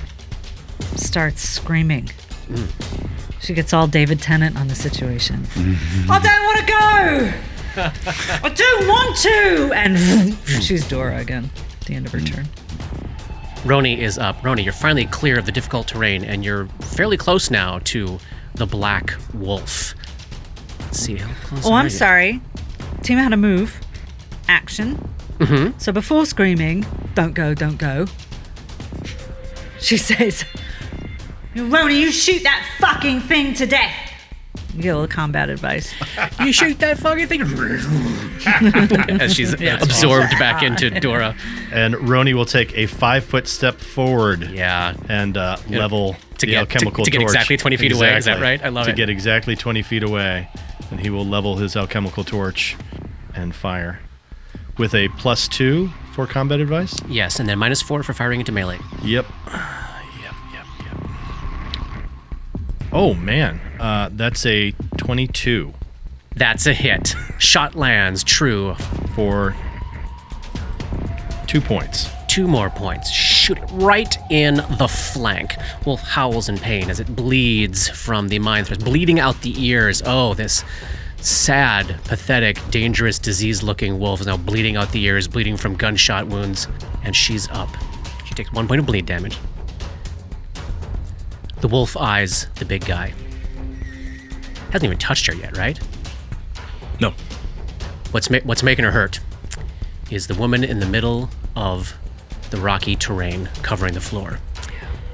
[SPEAKER 4] starts screaming. She gets all David Tennant on the situation. I don't want to go. I don't want to. And she's Dora again. At the end of her turn.
[SPEAKER 1] Roni is up. Roni, you're finally clear of the difficult terrain, and you're fairly close now to the black wolf. Let's see how close.
[SPEAKER 4] Oh,
[SPEAKER 1] are
[SPEAKER 4] I'm
[SPEAKER 1] you?
[SPEAKER 4] sorry. Tima had a move, action. So before screaming, "Don't go, don't go," she says, "Roni, you shoot that fucking thing to death." You get all the combat advice.
[SPEAKER 1] You shoot that fucking thing. As she's absorbed back into Dora.
[SPEAKER 3] And Roni will take a five foot step forward
[SPEAKER 1] Yeah.
[SPEAKER 3] and uh, level
[SPEAKER 1] To
[SPEAKER 3] the
[SPEAKER 1] get-
[SPEAKER 3] alchemical
[SPEAKER 1] to- to get
[SPEAKER 3] torch.
[SPEAKER 1] exactly 20 feet away, is that right? I love
[SPEAKER 3] to
[SPEAKER 1] it.
[SPEAKER 3] To get exactly 20 feet away, and he will level his alchemical torch and fire with a plus two for combat advice.
[SPEAKER 1] Yes, and then minus four for firing into melee.
[SPEAKER 3] Yep. Yep, yep, yep. Oh, man. Uh, that's a 22
[SPEAKER 1] That's a hit. Shot lands true.
[SPEAKER 3] for two points.
[SPEAKER 1] Two more points. Shoot it right in the flank. Wolf howls in pain as it bleeds from the mine thrust, bleeding out the ears. Oh, this sad, pathetic, dangerous, disease looking wolf is now bleeding out the ears, bleeding from gunshot wounds, and she's up. She takes one point of bleed damage. The wolf eyes the big guy. Hasn't even touched her yet, right?
[SPEAKER 6] No.
[SPEAKER 1] What's ma- what's making her hurt is the woman in the middle of the rocky terrain covering the floor.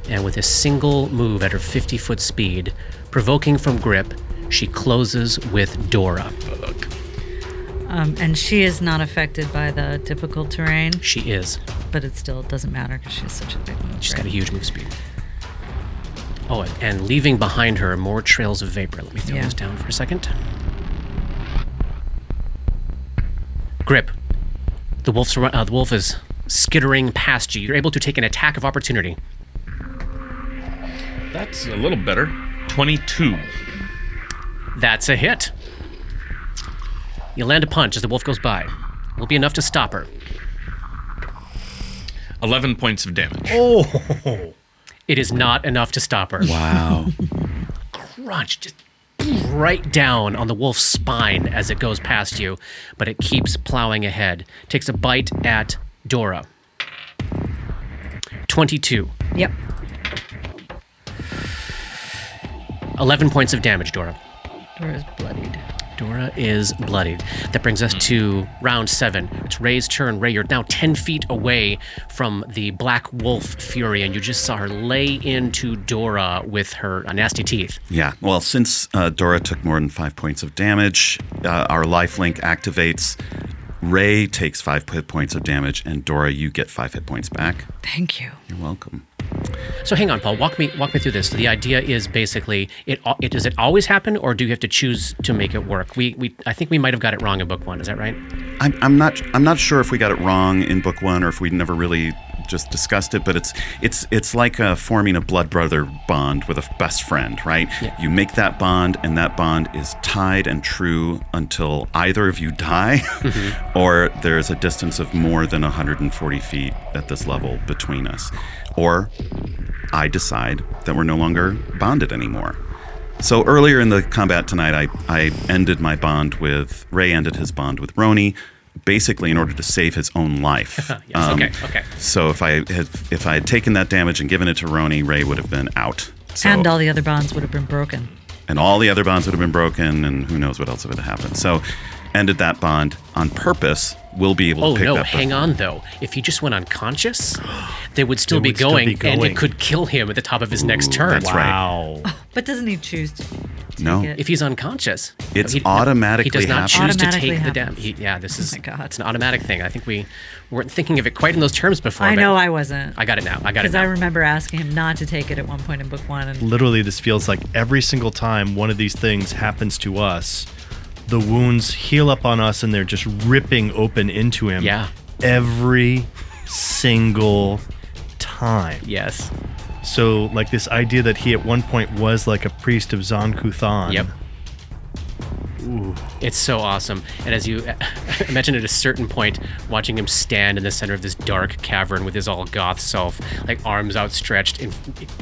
[SPEAKER 1] And with a single move at her 50 foot speed, provoking from grip, she closes with Dora.
[SPEAKER 4] Um, and she is not affected by the difficult terrain,
[SPEAKER 1] She is.
[SPEAKER 4] but it still doesn't matter because she's such a big move.
[SPEAKER 1] She's
[SPEAKER 4] right?
[SPEAKER 1] got a huge move speed. Oh, and leaving behind her more trails of vapor. Let me throw
[SPEAKER 4] Yeah.
[SPEAKER 1] this down for a second. Grip. The wolf's ru- uh, the wolf is skittering past you. You're able to take an attack of opportunity.
[SPEAKER 6] That's a little better. 22.
[SPEAKER 1] That's a hit. You land a punch as the wolf goes by. Will be enough to stop her.
[SPEAKER 6] 11 points of damage.
[SPEAKER 1] Oh, It is not enough to stop her.
[SPEAKER 5] Wow.
[SPEAKER 1] Crunch just right down on the wolf's spine as it goes past you, but it keeps plowing ahead. Takes a bite at Dora. 22.
[SPEAKER 4] Yep.
[SPEAKER 1] 11 points of damage, Dora.
[SPEAKER 4] Dora's bloodied.
[SPEAKER 1] Dora is bloodied. That brings us to round seven. It's Ray's turn. Ray, you're now 10 feet away from the black wolf fury, and you just saw her lay into Dora with her uh, nasty teeth.
[SPEAKER 5] Yeah. Well, since uh, Dora took more than five points of damage, uh, our lifelink activates. Ray takes five hit points of damage, and Dora, you get five hit points back.
[SPEAKER 4] Thank you.
[SPEAKER 5] You're welcome.
[SPEAKER 1] So hang on, Paul. Walk me walk me through this. So the idea is basically it, al- it does it always happen, or do you have to choose to make it work? We, we I think we might have got it wrong in book one. Is that right?
[SPEAKER 5] I'm, I'm not. I'm not sure if we got it wrong in book one or if we never really just discussed it. But it's it's it's like uh, forming a blood brother bond with a f- best friend, right? You make that bond, and that bond is tied and true until either of you die, or there's a distance of more than 140 feet at this level between us, or I decide that we're no longer bonded anymore. So earlier in the combat tonight, I, I ended my bond with Ray, ended his bond with Roni, basically in order to save his own life. Um,
[SPEAKER 1] Yes. okay. Okay.
[SPEAKER 5] So if I had if I had taken that damage and given it to Roni, Ray would have been out. So,
[SPEAKER 4] And all the other bonds would have been broken.
[SPEAKER 5] and all the other bonds would have been broken, and who knows what else would have happened. So ended that bond on purpose. We'll be able
[SPEAKER 1] Oh
[SPEAKER 5] to pick
[SPEAKER 1] no!
[SPEAKER 5] that.
[SPEAKER 1] Hang on though. If he just went unconscious, they would still, be,
[SPEAKER 3] They would still
[SPEAKER 1] going,
[SPEAKER 3] be
[SPEAKER 1] and
[SPEAKER 3] going.
[SPEAKER 1] it could kill him at the top of his next turn.
[SPEAKER 5] That's right.
[SPEAKER 3] Wow.
[SPEAKER 4] But doesn't he choose to take
[SPEAKER 5] No.
[SPEAKER 4] it?
[SPEAKER 1] If he's unconscious,
[SPEAKER 5] It's
[SPEAKER 1] he,
[SPEAKER 5] automatically
[SPEAKER 1] He does not
[SPEAKER 5] happens.
[SPEAKER 1] choose to
[SPEAKER 4] Automatically
[SPEAKER 1] take the
[SPEAKER 4] happens. Oh
[SPEAKER 1] damage. Yeah, this is
[SPEAKER 4] my God.
[SPEAKER 1] it's an automatic thing. I think we weren't thinking of it quite in those terms before.
[SPEAKER 4] I
[SPEAKER 1] but
[SPEAKER 4] know I wasn't.
[SPEAKER 1] I got it now. I got it
[SPEAKER 4] Because I
[SPEAKER 1] now.
[SPEAKER 4] remember asking him not to take it at one point in book one. And
[SPEAKER 3] Literally, this feels like every single time one of these things happens to us, the wounds heal up on us and they're just ripping open into him.
[SPEAKER 1] Yeah.
[SPEAKER 3] Every single time.
[SPEAKER 1] yes.
[SPEAKER 3] So, like this idea that he at one point was like a priest of Zon Kuthan.
[SPEAKER 1] Yep. It's so awesome. And as you imagine at a certain point, watching him stand in the center of this dark cavern with his all goth self, like arms outstretched and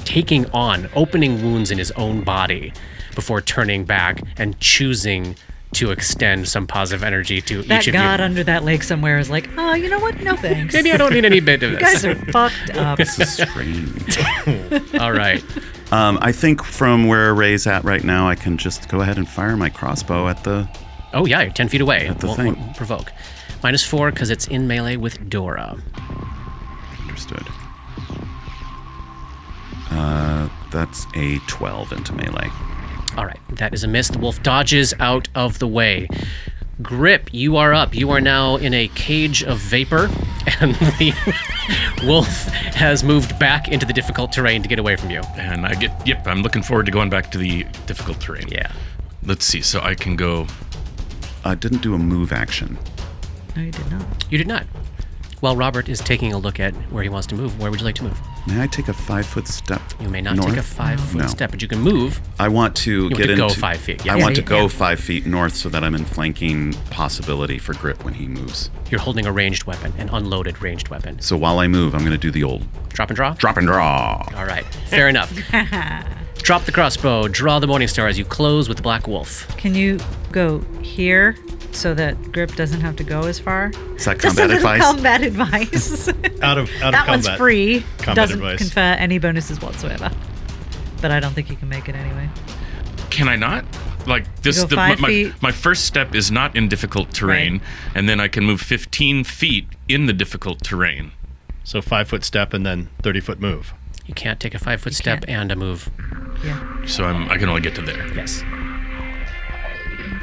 [SPEAKER 1] taking on, opening wounds in his own body before turning back and choosing to extend some positive energy to
[SPEAKER 4] That
[SPEAKER 1] each of
[SPEAKER 4] god
[SPEAKER 1] you.
[SPEAKER 4] under that lake somewhere is like, oh, you know what? No thanks.
[SPEAKER 1] Maybe I don't need any bit of
[SPEAKER 4] You guys
[SPEAKER 1] this.
[SPEAKER 4] are fucked up.
[SPEAKER 5] This is strange.
[SPEAKER 1] All right.
[SPEAKER 5] um, I think from where Ray's at right now, I can just go ahead and fire my crossbow at the.
[SPEAKER 1] Oh, yeah, you're 10 feet away.
[SPEAKER 5] At the
[SPEAKER 1] won't,
[SPEAKER 5] thing.
[SPEAKER 1] won't provoke. Minus four because it's in melee with Dora.
[SPEAKER 5] Understood. Uh, that's a 12 into melee.
[SPEAKER 1] All right, that is a miss. The wolf dodges out of the way. Grip, you are up. You are now in a cage of vapor, and the wolf has moved back into the difficult terrain to get away from you.
[SPEAKER 6] And I get, yep, I'm looking forward to going back to the difficult terrain.
[SPEAKER 1] Yeah.
[SPEAKER 6] Let's see. So I can go.
[SPEAKER 5] I didn't do a move action.
[SPEAKER 4] no, you did not.
[SPEAKER 1] You did not. While Robert is taking a look at where he wants to move, where would you like to move?
[SPEAKER 5] May I take a five foot step?
[SPEAKER 1] You may not
[SPEAKER 5] north?
[SPEAKER 1] take a five foot
[SPEAKER 5] No.
[SPEAKER 1] step, but you can move.
[SPEAKER 5] I want to
[SPEAKER 1] want
[SPEAKER 5] get
[SPEAKER 1] to
[SPEAKER 5] into.
[SPEAKER 1] go five feet, yeah.
[SPEAKER 5] I
[SPEAKER 1] Yeah,
[SPEAKER 5] want to
[SPEAKER 4] yeah,
[SPEAKER 5] go
[SPEAKER 4] yeah.
[SPEAKER 5] five feet north so that I'm in flanking possibility for grip when he moves.
[SPEAKER 1] You're holding a ranged weapon, an unloaded ranged weapon.
[SPEAKER 5] So while I move, I'm going to do the old
[SPEAKER 1] Drop and draw?
[SPEAKER 5] drop and draw.
[SPEAKER 1] All right, fair enough. Drop the crossbow, draw the morning star as you close with the black wolf.
[SPEAKER 4] Can you go here so that Grip doesn't have to go as far?
[SPEAKER 5] Is that
[SPEAKER 4] Just
[SPEAKER 5] combat
[SPEAKER 4] a little
[SPEAKER 5] advice?
[SPEAKER 4] combat advice.
[SPEAKER 3] Out of out of
[SPEAKER 4] that
[SPEAKER 3] combat.
[SPEAKER 4] one's free.
[SPEAKER 3] Combat
[SPEAKER 4] Doesn't
[SPEAKER 3] advice.
[SPEAKER 4] confer any bonuses whatsoever. But I don't think you can make it anyway.
[SPEAKER 6] Can I not? Like this,
[SPEAKER 4] go
[SPEAKER 6] the, my,
[SPEAKER 4] five
[SPEAKER 6] my,
[SPEAKER 4] feet.
[SPEAKER 6] my first step is not in difficult terrain,
[SPEAKER 4] Right.
[SPEAKER 6] and then I can move 15 feet in the difficult terrain.
[SPEAKER 3] So five foot step and then thirty foot move.
[SPEAKER 1] You can't take a five foot step and a move.
[SPEAKER 4] Yeah.
[SPEAKER 6] So I'm, I can only get to there.
[SPEAKER 1] Yes.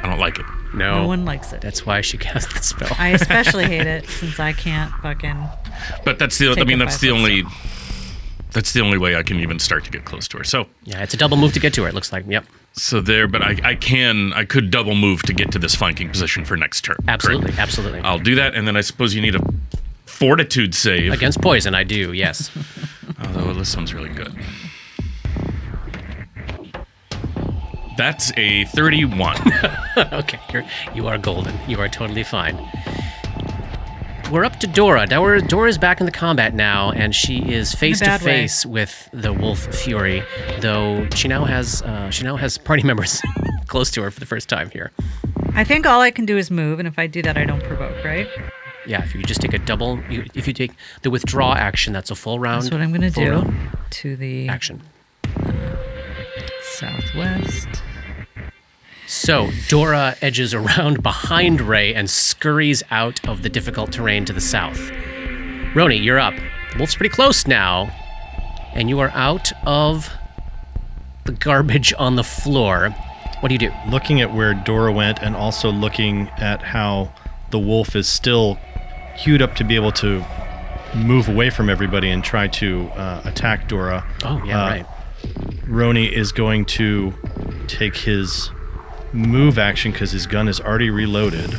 [SPEAKER 6] I don't like it.
[SPEAKER 1] No.
[SPEAKER 4] No one likes it.
[SPEAKER 1] That's why she cast the spell.
[SPEAKER 4] I especially hate it since I can't fucking.
[SPEAKER 6] But that's the. I
[SPEAKER 4] Take
[SPEAKER 6] mean,
[SPEAKER 4] a
[SPEAKER 6] that's the
[SPEAKER 4] five-foot
[SPEAKER 6] only. That's the only way I can even start to get close to her. So,
[SPEAKER 1] yeah, it's a double move to get to her. It looks like. Yep.
[SPEAKER 6] so there. But I, I can. I could double move to get to this flanking position for next turn. correct?
[SPEAKER 1] Absolutely. Absolutely.
[SPEAKER 6] I'll do that, and then I suppose you need a fortitude save.
[SPEAKER 1] Against poison, I do. Yes.
[SPEAKER 6] Although this one's really good. That's a 31.
[SPEAKER 1] okay. You're, you are golden. You are totally fine. We're up to Dora. Dora Dora's back in the combat now, and she is face to
[SPEAKER 4] bad way.
[SPEAKER 1] face with the Wolf Fury. Though she now has uh, she now has party members close to her for the first time here.
[SPEAKER 4] I think all I can do is move, and if I do that, I don't provoke, right?
[SPEAKER 1] Yeah, if you just take a double, you, if you take the withdraw action, that's a full round.
[SPEAKER 4] That's what I'm going to
[SPEAKER 1] full
[SPEAKER 4] do
[SPEAKER 1] round
[SPEAKER 4] to the
[SPEAKER 1] Action.
[SPEAKER 4] southwest.
[SPEAKER 1] So Dora edges around behind Ray and scurries out of the difficult terrain to the south. Roni, you're up. Wolf's pretty close now, and you are out of the garbage on the floor. What do you do?
[SPEAKER 3] Looking at where Dora went and also looking at how the wolf is still queued up to be able to move away from everybody and try to uh, attack Dora.
[SPEAKER 1] Oh yeah,
[SPEAKER 3] Uh,
[SPEAKER 1] right.
[SPEAKER 3] Roni is going to take his move action because his gun is already reloaded,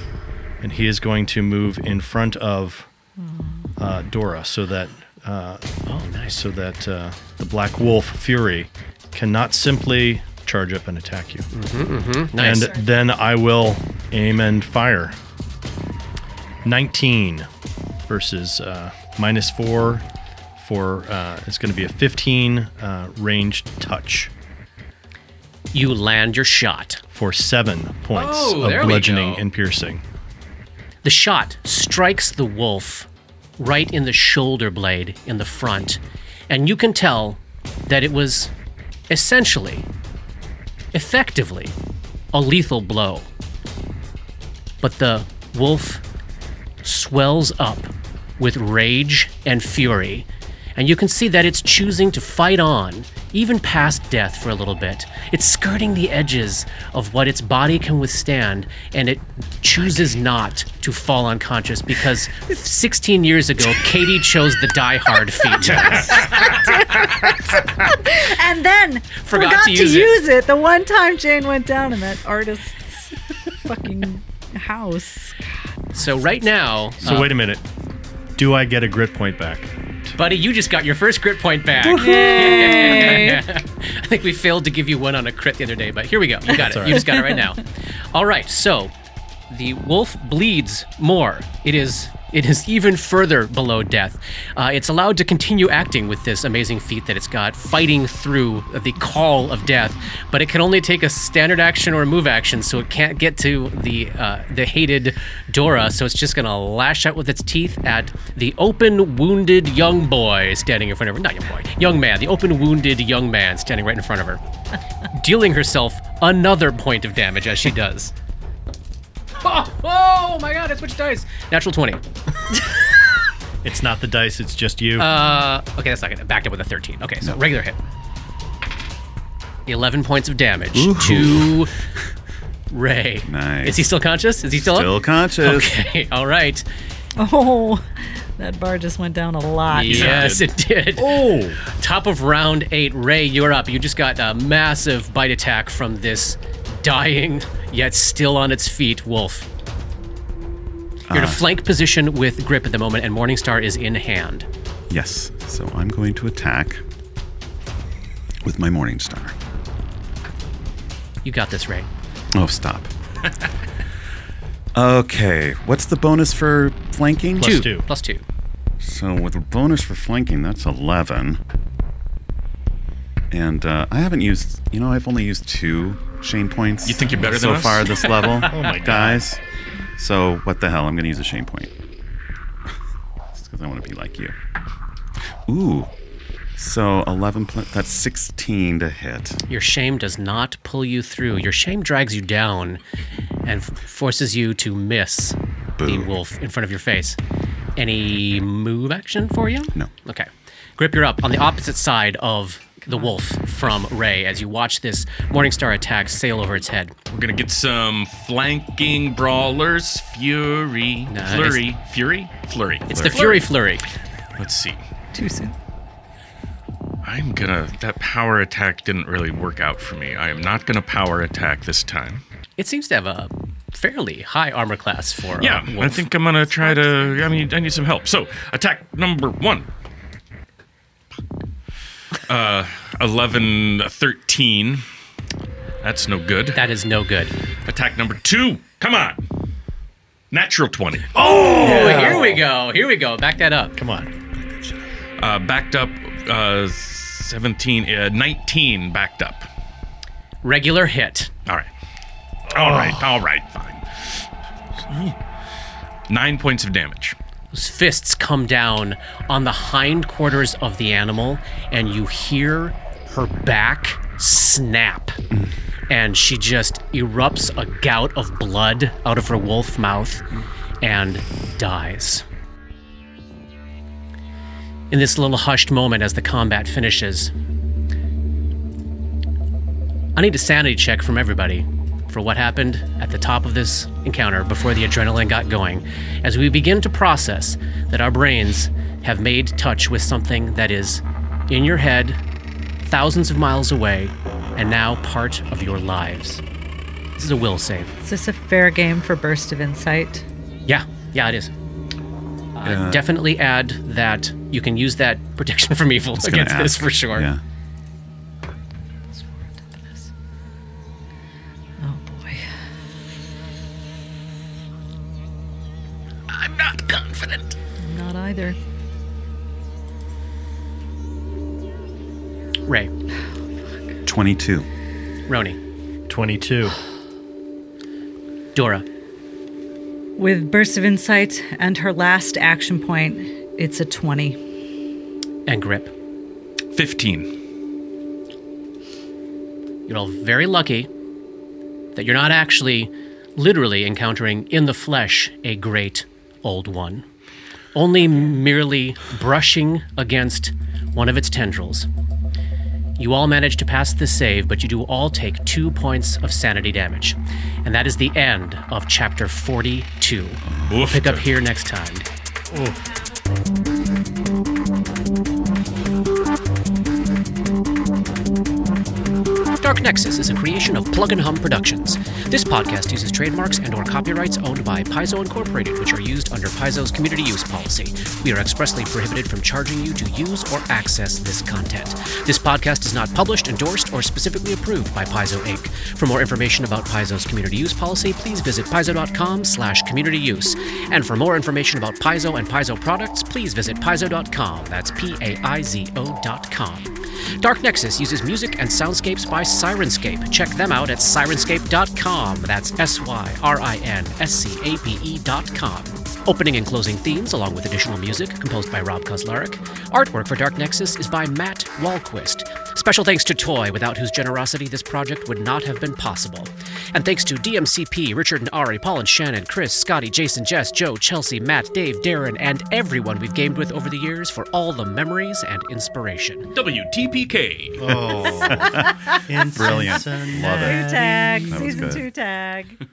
[SPEAKER 3] and he is going to move in front of uh, Dora so that uh,
[SPEAKER 1] Mm. Oh nice.
[SPEAKER 3] so that uh, the Black Wolf Fury cannot simply charge up and attack you.
[SPEAKER 1] Nice.
[SPEAKER 3] And then I will aim and fire. 19 versus uh, minus four for uh, it's going to be a 15 uh, range touch.
[SPEAKER 1] you land your shot.
[SPEAKER 3] for seven points
[SPEAKER 6] Oh, there
[SPEAKER 3] of
[SPEAKER 6] we
[SPEAKER 3] bludgeoning
[SPEAKER 6] go.
[SPEAKER 3] and piercing.
[SPEAKER 1] The shot strikes the wolf right in the shoulder blade in the front, and you can tell that it was essentially, effectively, a lethal blow. But the wolf swells up with rage and fury, and you can see that it's choosing to fight on, even past death for a little bit. It's skirting the edges of what its body can withstand, and it chooses not to fall unconscious because 16 years ago, Katie chose the die hard feat.
[SPEAKER 4] And then forgot, to, use, it. the one time Jane went down in that artist's fucking house.
[SPEAKER 1] So, right now,
[SPEAKER 3] So
[SPEAKER 1] uh,
[SPEAKER 3] wait a minute. Do I get a grit point back?
[SPEAKER 1] buddy, you just got your first grit point back.
[SPEAKER 4] Yay.
[SPEAKER 1] I think we failed to give you one on a crit the other day, but here we go. You got it. You just got it right now. All right, so the wolf bleeds more. It is it is even further below death. Uh, it's allowed to continue acting with this amazing feat that it's got, fighting through the call of death. But it can only take a standard action or a move action, so it can't get to the uh, the hated Dora. So it's just gonna lash out with its teeth at the open wounded young boy standing in front of her. Not young boy, young man. The open wounded young man standing right in front of her, dealing herself another point of damage as she does. Oh, oh my god, I switched dice. Natural 20.
[SPEAKER 3] It's not the dice, it's just you.
[SPEAKER 1] Uh, okay, that's not gonna Backed up with a 13. Okay, so regular hit. 11 points of damage to Ray.
[SPEAKER 5] Nice.
[SPEAKER 1] Is he still conscious? Is he still,
[SPEAKER 5] Still
[SPEAKER 1] up?
[SPEAKER 5] conscious.
[SPEAKER 1] Okay, all right.
[SPEAKER 4] Oh, that bar just went down a lot.
[SPEAKER 1] Yes, it did. Oh! Top of round eight. Ray, you're up. You just got a massive bite attack from this dying, yet still on its feet, wolf. You're in
[SPEAKER 5] Ah.
[SPEAKER 1] a flank position with Grip at the moment, and Morningstar is in hand.
[SPEAKER 5] Yes. So I'm going to attack with my Morning Star.
[SPEAKER 1] You got this, Ray.
[SPEAKER 5] Oh, stop. okay. What's the bonus for flanking?
[SPEAKER 3] Plus two.
[SPEAKER 1] Plus two.
[SPEAKER 5] So with a bonus for flanking, that's 11. And uh, I haven't used, you know, I've only used two Shane points.
[SPEAKER 6] You think you're better
[SPEAKER 5] so
[SPEAKER 6] than us?
[SPEAKER 5] far this level, oh
[SPEAKER 3] my God.
[SPEAKER 5] guys. So what the hell? I'm going to use a Shane point. Just because I want to be like you. Ooh. So 11, pl- that's 16 to hit.
[SPEAKER 1] Your shame does not pull you through. Your shame drags you down and f- forces you to miss the wolf in front of your face. Any move action for you?
[SPEAKER 5] No.
[SPEAKER 1] Okay. Grip, you're up on the opposite side of the wolf from Ray as you watch this Morningstar attack sail over its head.
[SPEAKER 6] We're gonna get some flanking brawlers. Fury,
[SPEAKER 1] Nice.
[SPEAKER 6] flurry, fury, flurry.
[SPEAKER 1] It's the Fury Flurry.
[SPEAKER 6] Let's see.
[SPEAKER 4] Too soon.
[SPEAKER 6] I'm gonna. That power attack didn't really work out for me. I am not gonna power attack this time.
[SPEAKER 1] It seems to have a fairly high armor class for a
[SPEAKER 6] Yeah,
[SPEAKER 1] wolf.
[SPEAKER 6] I think I'm gonna try to. I mean, I need some help. So, attack number one. Uh, 11, 13. That's no good.
[SPEAKER 1] that is no good.
[SPEAKER 6] Attack number two. Come on. Natural 20.
[SPEAKER 1] Oh, here we go. Here we go. Back that up.
[SPEAKER 3] Come on.
[SPEAKER 6] Uh, backed up uh, 17, uh, 19 backed up.
[SPEAKER 1] Regular hit.
[SPEAKER 6] All right. all right,
[SPEAKER 1] Oh.
[SPEAKER 6] all right, fine. Nine points of damage.
[SPEAKER 1] Those fists come down on the hindquarters of the animal, and you hear her back snap. And she just erupts a gout of blood out of her wolf mouth and dies. In this little hushed moment as the combat finishes, I need a sanity check from everybody for what happened at the top of this encounter before the adrenaline got going, as we begin to process that our brains have made touch with something that is in your head, thousands of miles away, and now part of your lives. This is a will save.
[SPEAKER 4] Is this a fair game for burst of insight?
[SPEAKER 1] Yeah, yeah, it is. Uh, Definitely add that you can use that protection from evil
[SPEAKER 5] Gonna
[SPEAKER 1] against this
[SPEAKER 5] ask.
[SPEAKER 1] for sure.
[SPEAKER 5] Yeah.
[SPEAKER 4] Oh boy.
[SPEAKER 6] I'm not confident.
[SPEAKER 4] Not either.
[SPEAKER 1] Ray,
[SPEAKER 5] 22.
[SPEAKER 1] Roni,
[SPEAKER 3] 22.
[SPEAKER 1] Dora,
[SPEAKER 4] With burst of insight and her last action point, it's a 20.
[SPEAKER 1] and Grip.
[SPEAKER 6] 15.
[SPEAKER 1] You're all very lucky that you're not actually literally encountering in the flesh a great old one, only merely brushing against one of its tendrils. You all manage to pass the save, but you do all take two points of sanity damage. And that is the end of chapter 42. We'll
[SPEAKER 6] Oof.
[SPEAKER 1] pick up here next time. Dark Nexus is a creation of Plug and Hum Productions. This podcast uses trademarks and or copyrights owned by Paizo Incorporated, which are used under Paizo's community use policy. We are expressly prohibited from charging you to use or access this content. This podcast is not published, endorsed, or specifically approved by Paizo Inc. For more information about Paizo's community use policy, please visit paizo.com slash community use. And for more information about Paizo and Paizo products, please visit paizo.com. That's P-A-I-Z-O dot com. Dark Nexus uses music and soundscapes by Sirenscape. Check them out at sirenscape.com. That's S Y R I N S C A P E.com. Opening and closing themes, along with additional music, composed by Rob Kozlarek. Artwork for Dark Nexus is by Matt Walquist. Special thanks to Toy, without whose generosity this project would not have been possible. And thanks to DMCP, Richard and Ari, Paul and Shannon, Chris, Scotty, Jason, Jess, Joe, Chelsea, Matt, Dave, Darren, and everyone we've gamed with over the years for all the memories and inspiration.
[SPEAKER 6] WTPK.
[SPEAKER 3] Oh,
[SPEAKER 5] Brilliant. Love it.
[SPEAKER 4] Two tags,
[SPEAKER 5] That was
[SPEAKER 4] season
[SPEAKER 5] good.
[SPEAKER 4] two tag.